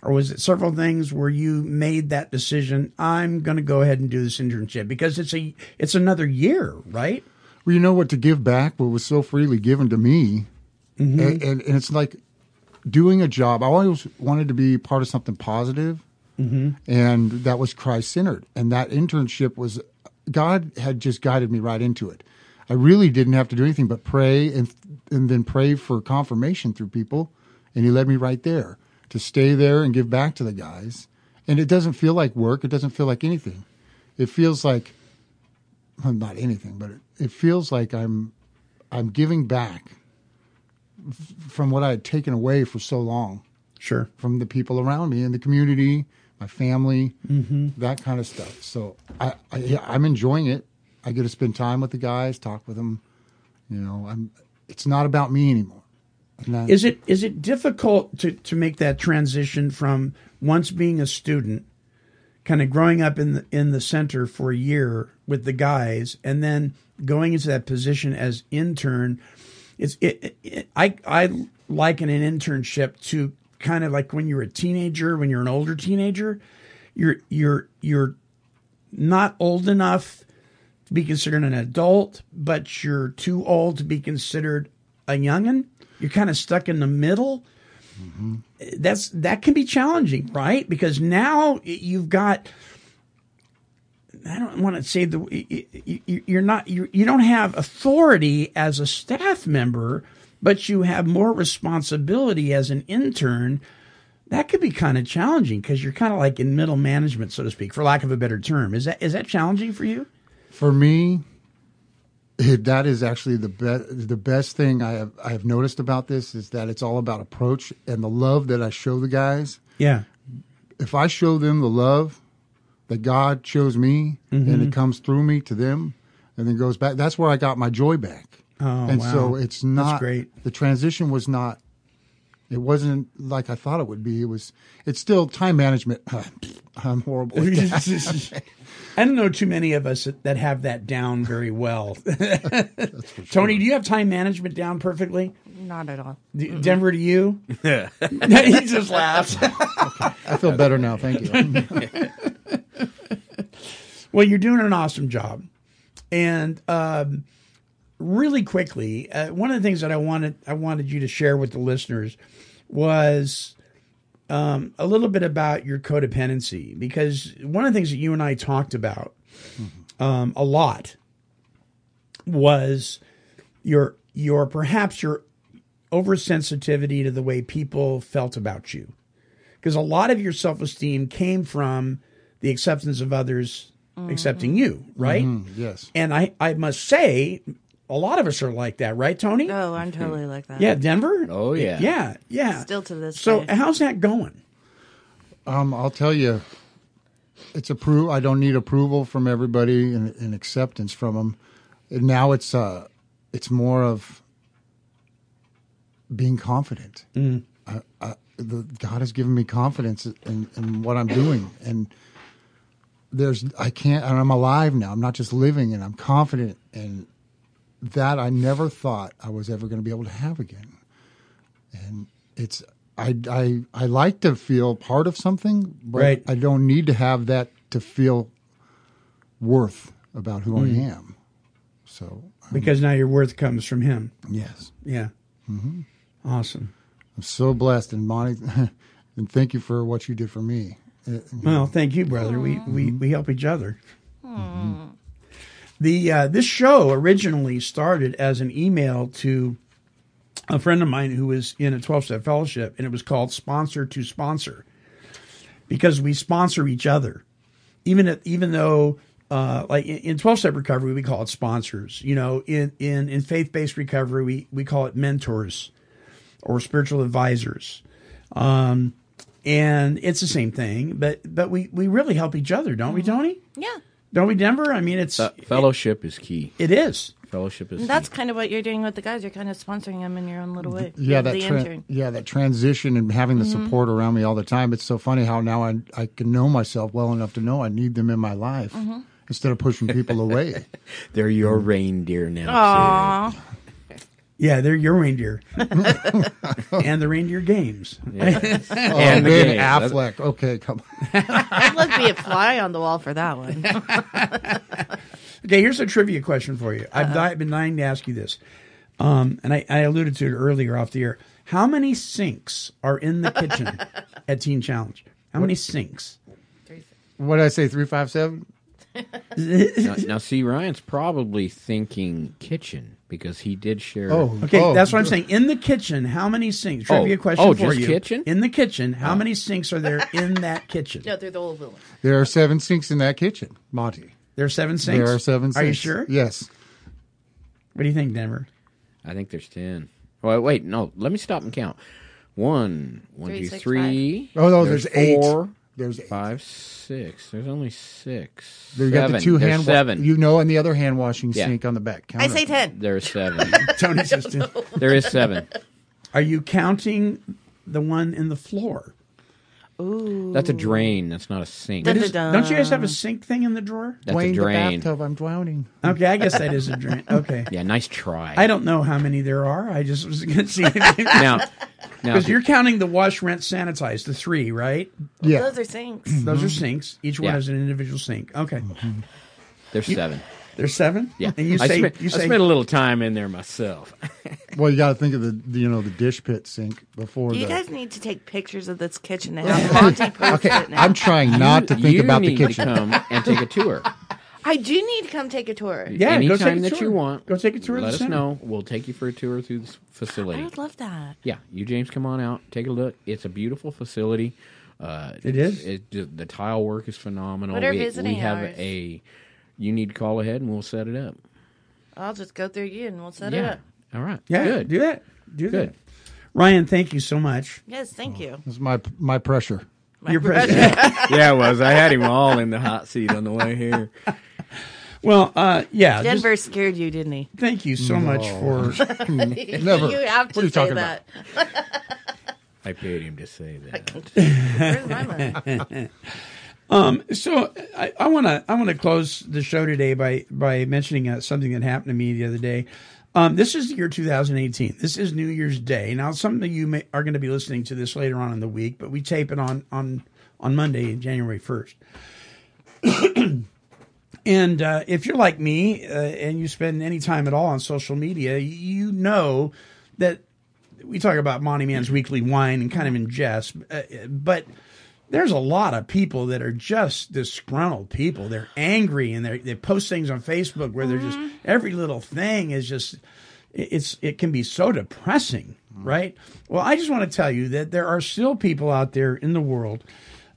Speaker 5: or was it several things where you made that decision, I'm going to go ahead and do this internship because it's a it's another year, right?
Speaker 8: Well, you know what to give back, what was so freely given to me,
Speaker 5: Mhm.
Speaker 8: and, and and it's like doing a job. I always wanted to be part of something positive,
Speaker 5: Mm-hmm.
Speaker 8: and that was Christ centered. And that internship was God had just guided me right into it. I really didn't have to do anything but pray and and then pray for confirmation through people, and He led me right there to stay there and give back to the guys. And it doesn't feel like work. It doesn't feel like anything. It feels like well, not anything, but it, it feels like I'm I'm giving back f- from what I had taken away for so long.
Speaker 5: Sure.
Speaker 8: From the people around me in the community, my family,
Speaker 5: Mm-hmm.
Speaker 8: that kind of stuff. So I, I yeah, I'm enjoying it. I get to spend time with the guys, talk with them. You know, I'm. It's not about me anymore. And I-
Speaker 5: Is it is it difficult to to make that transition from once being a student, kind of growing up in the in the center for a year with the guys, and then going into that position as intern? It's it, it I I liken an internship to kind of like when you're a teenager, when you're an older teenager, you're you're you're not old enough to be considered an adult, but you're too old to be considered a youngin. You're kind of stuck in the middle. That's that can be challenging, right? Because now y- you've got. I don't want to say the y- y- y- you're not you you don't have authority as a staff member, but you have more responsibility as an intern. That could be kind of challenging because you're kind of like in middle management, so to speak, for lack of a better term. Is that is that challenging for you?
Speaker 8: For me, it- that is actually the best. The best thing I have I have noticed about this is that it's all about approach and the love that I show the guys.
Speaker 5: Yeah.
Speaker 8: If I show them the love that God shows me, and
Speaker 5: Mhm.
Speaker 8: it comes through me to them, and then goes back. That's where I got my joy back.
Speaker 5: Oh,
Speaker 8: and
Speaker 5: wow.
Speaker 8: so it's
Speaker 5: That's
Speaker 8: not
Speaker 5: great.
Speaker 8: The transition was not. It wasn't like I thought it would be. It was. It's still time management. <laughs> I'm horrible. at that.
Speaker 5: <laughs> I don't know too many of us that- that have that down very well. Tony, do you have time management down perfectly?
Speaker 6: Not at all.
Speaker 5: D- Denver to you? <laughs>
Speaker 7: Yeah.
Speaker 5: he just
Speaker 6: <laughs>
Speaker 5: laughs.
Speaker 8: I feel better now.
Speaker 5: <laughs>
Speaker 8: Thank you.
Speaker 5: well, you're doing an awesome job. And um, really quickly, uh, one of the things that I wanted I wanted you to share with the listeners was um, a little bit about your codependency because one of the things that you and I talked about um, a lot was your your perhaps your oversensitivity to the way people felt about you because a lot of your self-esteem came from the acceptance of others
Speaker 6: Mm-hmm.
Speaker 5: accepting you right
Speaker 7: Mm-hmm.
Speaker 8: Mhm, yes.
Speaker 5: and i i must say a lot of us are like that right tony
Speaker 6: Oh, I'm totally like that.
Speaker 5: yeah denver
Speaker 7: oh yeah.
Speaker 5: yeah yeah
Speaker 6: Still to this
Speaker 5: so
Speaker 6: day.
Speaker 5: how's that going
Speaker 8: Um, I'll tell you, it's approved. I don't need approval from everybody and, and acceptance from them. And now it's uh, it's more of being confident.
Speaker 5: Mm.
Speaker 8: I, I, the, God has given me confidence in, in what I'm doing, and there's I can't. And I'm alive now. I'm not just living, and I'm confident, and that I never thought I was ever going to be able to have again and it's I, I I like to feel part of something, but
Speaker 5: Right.
Speaker 8: I don't need to have that to feel worth about who
Speaker 5: Mm.
Speaker 8: I am. So
Speaker 5: because
Speaker 7: Mm-hmm.
Speaker 5: now your worth comes from him
Speaker 8: yes,
Speaker 5: yeah
Speaker 8: hmm
Speaker 5: awesome.
Speaker 8: I'm so blessed, and Monty, <laughs> and thank you for what you did for me. Uh,
Speaker 5: Well, thank you, brother. We we, we help each other. Mm-hmm. The uh, this show originally started as an email to a friend of mine who was in a twelve step fellowship, and it was called "Sponsor to Sponsor," because we sponsor each other, even if, even though. Uh, like in- in twelve step recovery, we call it sponsors. You know, in in, in faith based recovery, we we call it mentors or spiritual advisors. Um, and it's the same thing, but but we we really help each other, don't
Speaker 7: Mm-hmm.
Speaker 5: we, Tony?
Speaker 6: Yeah.
Speaker 5: Don't we, Denver? I mean, it's
Speaker 7: Fe- fellowship is key.
Speaker 5: it is.
Speaker 7: Fellowship is.
Speaker 6: And that's kind of what you're doing with the guys. You're kind of sponsoring them in your own little way.
Speaker 8: yeah,
Speaker 6: the
Speaker 8: that tra-
Speaker 6: intern.
Speaker 8: yeah, that transition and having the
Speaker 6: Mhm.
Speaker 8: support around me all the time. It's so funny how now I I can know myself well enough to know I need them in my life
Speaker 6: Mhm.
Speaker 8: instead of pushing people away.
Speaker 7: They're your reindeer now.
Speaker 6: Aw.
Speaker 5: Yeah, they're your
Speaker 7: <laughs>
Speaker 5: reindeer, and the reindeer games.
Speaker 7: Yeah.
Speaker 8: oh,
Speaker 7: And the
Speaker 8: Ben
Speaker 7: game.
Speaker 8: Affleck. Okay, come on. <laughs>
Speaker 6: I'd love to be a fly on the wall for that <laughs> one.
Speaker 5: Okay, here's a trivia question for you. I've,
Speaker 7: Uh-huh.
Speaker 5: di- I've been dying to ask you this, um, and I, I alluded to it earlier off the air. How many sinks are in the
Speaker 7: <laughs>
Speaker 5: kitchen at Teen Challenge? How many sinks?
Speaker 8: What did I say? Three five seven.
Speaker 7: now, now, see, Ryan's probably thinking kitchen because he did share.
Speaker 8: Oh.
Speaker 5: okay. That's what I'm saying. In the kitchen, how many sinks? Trivia
Speaker 7: Oh,
Speaker 5: question
Speaker 7: oh,
Speaker 5: for
Speaker 7: just
Speaker 5: you.
Speaker 7: kitchen? Oh.
Speaker 5: In the kitchen, how many sinks are there in that kitchen?
Speaker 6: No, through the whole building.
Speaker 8: There are seven sinks in that kitchen, Monty.
Speaker 5: There are seven sinks.
Speaker 8: There are seven
Speaker 5: Are you
Speaker 8: sinks.
Speaker 5: sure?
Speaker 8: Yes.
Speaker 5: What do you think, Denver?
Speaker 7: I think there's ten. Well, wait, no. Let me stop and count. One, one,
Speaker 8: Three,
Speaker 7: two,
Speaker 8: six,
Speaker 7: three.
Speaker 8: five. Oh, no, there's eight.
Speaker 7: four,
Speaker 8: There's
Speaker 7: five, six. There's only six.
Speaker 8: There you
Speaker 7: seven.
Speaker 8: got the two
Speaker 7: There's
Speaker 8: hand wa-
Speaker 7: seven.
Speaker 8: you know, and the other hand washing
Speaker 7: Yeah.
Speaker 8: sink on the back counter.
Speaker 6: I say 10.
Speaker 7: There is seven.
Speaker 5: Tony Sistine.
Speaker 7: there is seven.
Speaker 5: Are you counting the one in the floor?
Speaker 6: Ooh.
Speaker 7: That's a drain. That's not a sink.
Speaker 5: What is- don't you guys have a sink thing in the drawer?
Speaker 7: That's a
Speaker 8: Wayne,
Speaker 7: drain.
Speaker 8: the bathtub. I'm drowning.
Speaker 5: Okay, I guess that is a drain. Okay.
Speaker 7: Yeah, nice try.
Speaker 5: I don't know how many there are. I just was going to see.
Speaker 7: <laughs>
Speaker 5: now,
Speaker 8: <laughs>
Speaker 7: now, now
Speaker 5: because you're counting the wash, rent, sanitize, the three, right?
Speaker 8: Yeah.
Speaker 6: Those are sinks.
Speaker 5: <clears throat> Those are sinks. Each one
Speaker 7: Mm-hmm. Yeah.
Speaker 5: is an individual sink. Okay.
Speaker 7: there's seven.
Speaker 5: There's seven?
Speaker 7: Yeah,
Speaker 5: And you
Speaker 7: I,
Speaker 5: say,
Speaker 7: spent,
Speaker 5: you
Speaker 7: I
Speaker 5: say,
Speaker 7: spent a little time in there myself.
Speaker 8: Well, you got to think of the, the you know the dish pit sink before
Speaker 6: You
Speaker 8: the.
Speaker 6: guys need to take pictures of this kitchen and
Speaker 5: <laughs>
Speaker 6: have Monty post
Speaker 8: okay,
Speaker 6: it now.
Speaker 8: I'm trying not
Speaker 7: <laughs>
Speaker 8: to think
Speaker 7: you
Speaker 8: about the
Speaker 7: need to
Speaker 8: kitchen.
Speaker 7: come and take
Speaker 8: <laughs>
Speaker 7: a tour.
Speaker 6: I do need to come take a tour.
Speaker 5: yeah, go take
Speaker 7: anytime
Speaker 5: a
Speaker 7: that
Speaker 5: tour.
Speaker 7: you want,
Speaker 5: Go take a tour of
Speaker 7: Let
Speaker 5: the
Speaker 7: us
Speaker 5: center.
Speaker 7: know. We'll take you for a tour through this
Speaker 6: I
Speaker 7: facility.
Speaker 6: would love that.
Speaker 7: Yeah, you James, come on out, take a look. It's a beautiful facility. Uh,
Speaker 5: It
Speaker 7: it's-
Speaker 5: is?
Speaker 7: It, the- the tile work is phenomenal.
Speaker 6: What are
Speaker 7: we,
Speaker 6: visiting
Speaker 7: we have
Speaker 6: hours?
Speaker 7: a. You need to call ahead, and we'll set it up.
Speaker 6: I'll just go through you and we'll set it
Speaker 7: yeah.
Speaker 6: up.
Speaker 7: All right.
Speaker 5: Yeah,
Speaker 7: Good.
Speaker 5: do that. Do
Speaker 7: Good.
Speaker 5: that. Ryan, thank you so much.
Speaker 6: Yes, thank you.
Speaker 8: That's my my
Speaker 6: <laughs>
Speaker 8: pressure.
Speaker 5: Your presence.
Speaker 7: yeah, it was. I had him all in the hot seat on the way here.
Speaker 5: Well, uh, yeah. just-
Speaker 6: Denver scared you, didn't he?
Speaker 5: Thank you so much for
Speaker 6: <laughs>
Speaker 8: Never.
Speaker 6: You have to
Speaker 8: What are you
Speaker 6: say
Speaker 8: talking
Speaker 6: that.
Speaker 7: I paid him to
Speaker 6: <laughs>
Speaker 7: say that.
Speaker 6: Where's my
Speaker 8: <laughs>
Speaker 6: money?
Speaker 5: um, so I want to I want to close the show today by by mentioning uh, something that happened to me the other day. Um, this is the year 2018. This is New Year's Day. Now, some of you may, are going to be listening to this later on in the week, but we tape it on on on Monday, January 1st. <clears throat> And uh, if you're like me uh, and you spend any time at all on social media, you know that we talk about Monty Man's weekly wine and kind of in jest, uh, but there's a lot of people that are just disgruntled people. They're angry and they they post things on Facebook where they're just every little thing is just it's it can be so depressing, right? Well, I just want to tell you that there are still people out there in the world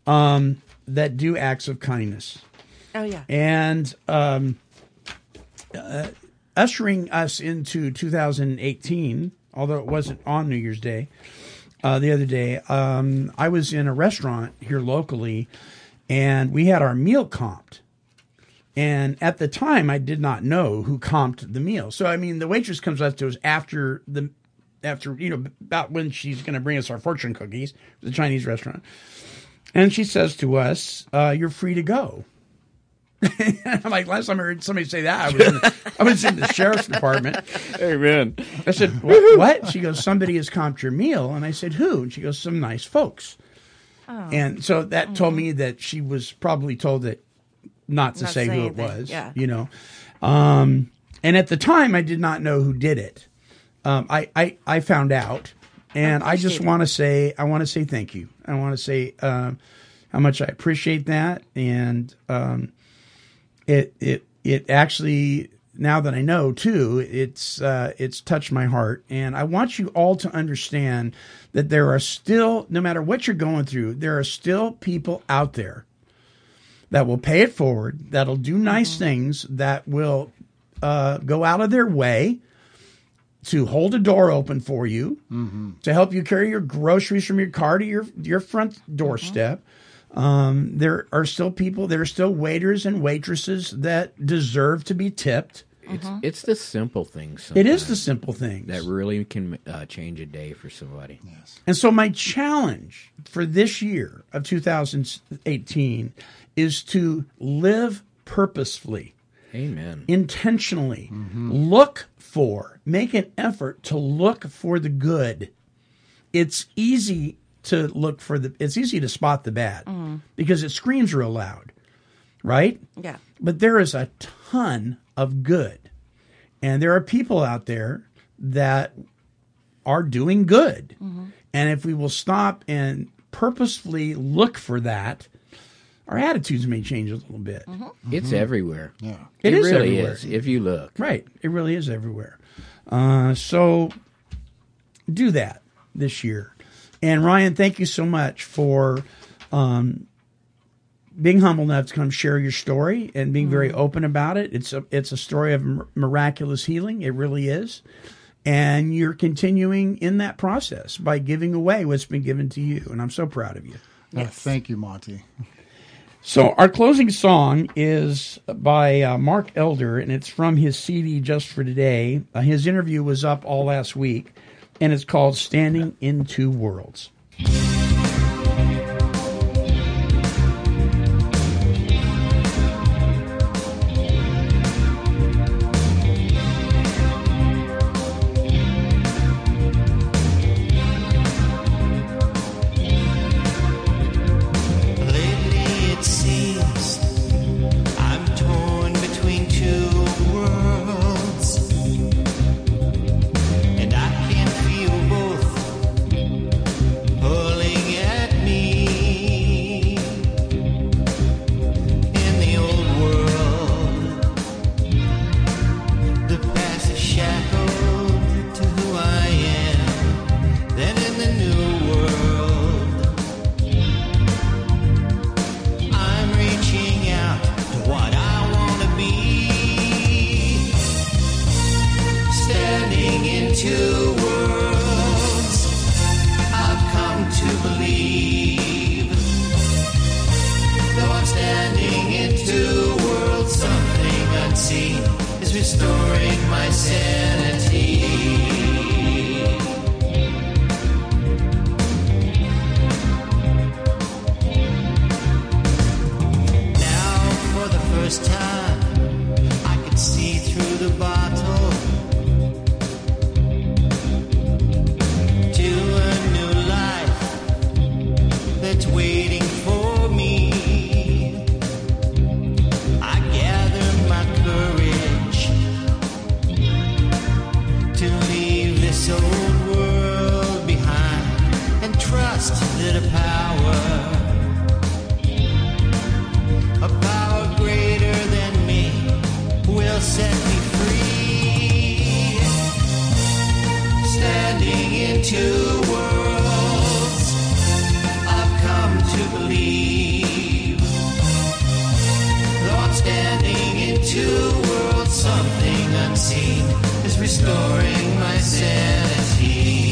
Speaker 5: um, that do acts of kindness
Speaker 6: Oh yeah.
Speaker 5: and um, uh, ushering us into 2018. Although it wasn't on New Year's Day, uh, the other day um, I was in a restaurant here locally, and we had our meal comped. And at the time, I did not know who comped the meal. So I mean, the waitress comes up to us after the after you know about when she's going to bring us our fortune cookies, the Chinese restaurant, and she says to us, uh, "You're free to go." I'm like, last time I heard somebody say that, I was in the, I was in the sheriff's department.
Speaker 7: Amen.
Speaker 5: I said, what? what? She goes, somebody has comped your meal. And I said, who? And she goes, some nice folks.
Speaker 6: Oh.
Speaker 5: And so that told me that she was probably told that not to
Speaker 6: Mm-hmm. Not
Speaker 5: say,
Speaker 6: say
Speaker 5: who it
Speaker 6: anything,
Speaker 5: was,
Speaker 6: yeah.
Speaker 5: you know. Um, and at the time, I did not know who did it. Um, I, I, I found out. And I just
Speaker 6: Appreciate it.
Speaker 5: want to say, I want to say thank you. I want to say um, how much I appreciate that. And, um, it it it actually now that I know too, it's uh, it's touched my heart, and I want you all to understand that there are still, no matter what you're going through, there are still people out there that will pay it forward, that'll do nice
Speaker 6: Mm-hmm.
Speaker 5: things, that will uh, go out of their way to hold a door open for you, to help you carry your groceries from your car to your your front doorstep. Um, there are still people, there are still waiters and waitresses that deserve to be tipped.
Speaker 6: Uh-huh.
Speaker 7: It's it's the simple things.
Speaker 5: It is the
Speaker 7: sometimes
Speaker 5: simple things.
Speaker 7: that really can uh, change a day for somebody. Yes.
Speaker 5: And so my challenge for this year of 2018 is to live purposefully,
Speaker 7: Amen.
Speaker 5: intentionally.
Speaker 7: Mm-hmm.
Speaker 5: Look for, make an effort to look for the good. It's easy to look for the it's easy to spot the bad
Speaker 7: Mm.
Speaker 5: because it screams real loud. Right?
Speaker 6: Yeah.
Speaker 5: But there is a ton of good. And there are people out there that are doing good.
Speaker 7: Mm-hmm.
Speaker 5: And if we will stop and purposefully look for that, our attitudes may change a little bit.
Speaker 7: It's everywhere.
Speaker 8: Yeah.
Speaker 5: It
Speaker 7: Mm-hmm. It,
Speaker 5: is
Speaker 7: really
Speaker 5: everywhere.
Speaker 7: is if you look.
Speaker 5: Right. It really is everywhere. Uh, so do that this year. And Ryan, thank you so much for um, being humble enough to come share your story and being very open about it. It's a it's a story of mir- miraculous healing. It really is. And you're continuing in that process by giving away what's been given to you. And I'm so proud of you.
Speaker 8: Uh, thank you, Monty.
Speaker 5: So our closing song is by uh, Mark Elder, and it's from his CD just for today. Uh, his interview was up all last week, and it's called "Standing in Two Worlds."
Speaker 3: Lately it seems I'm torn between two worlds, and I can feel both pulling a power, a power greater than me will set me free. Standing in two worlds, I've come to believe. Lord, standing in two worlds, something unseen is restoring my sanity.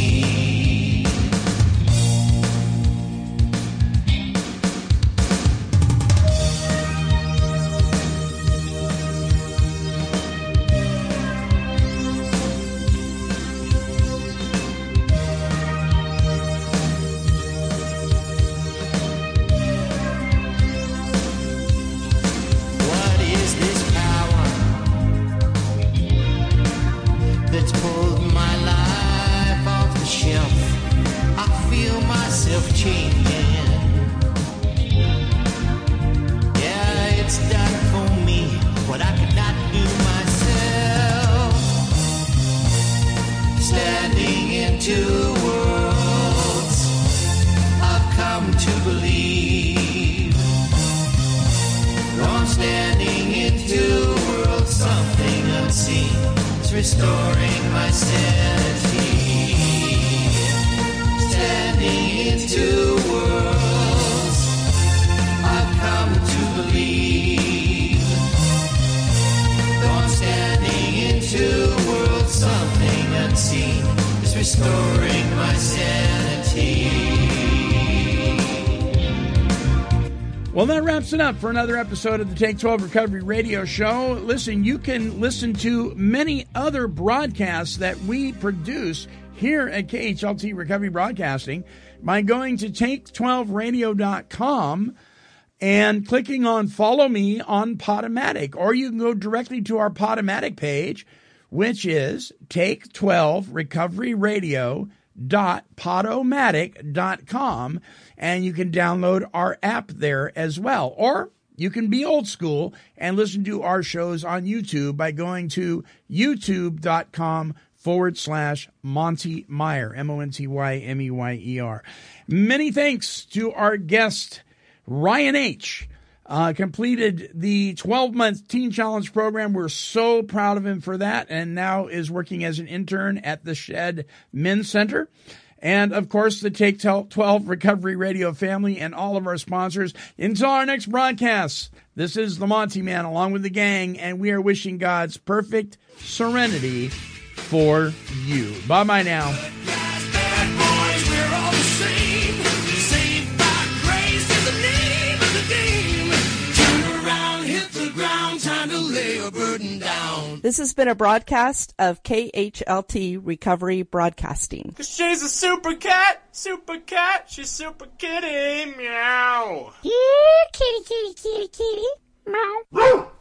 Speaker 3: What is this power that's pulled my life off the shelf? I feel myself changing. Yeah, it's done for me what I could not do myself. Standing in two worlds, I've come to believe. I'm standing in two worlds, something unseen is restoring my sanity. Standing in two worlds, I've come to believe. Though I'm standing in two worlds, something unseen is restoring my sanity.
Speaker 5: Well, that wraps it up for another episode of the Take 12 Recovery Radio Show. Listen, you can listen to many other broadcasts that we produce here at KHLT Recovery Broadcasting by going to take12radio.com and clicking on Follow Me on Podomatic, or you can go directly to our Podomatic page, which is take12recoveryradio.podomatic.com, and you can download our app there as well. Or you can be old school and listen to our shows on YouTube by going to youtube.com forward slash Monty Meyer, M O N T Y M E Y E R. Many thanks to our guest. Ryan H. Uh, completed the 12 month Teen Challenge program. We're so proud of him for that, and now is working as an intern at the Shed Men's Center. And of course, the Take 12 Recovery Radio family and all of our sponsors. Until our next broadcast, this is the Monty Man along with the gang, and we are wishing God's perfect serenity for you. Bye bye now.
Speaker 3: boys, we're all the same. Saved by grace is the name of the game. Turn around, hit the ground, time to lay a burden down.
Speaker 4: This has been a broadcast of KHLT Recovery Broadcasting.
Speaker 14: Cause she's a super cat, super cat, she's super kitty, meow.
Speaker 13: Here, kitty, kitty, kitty, kitty. Meow.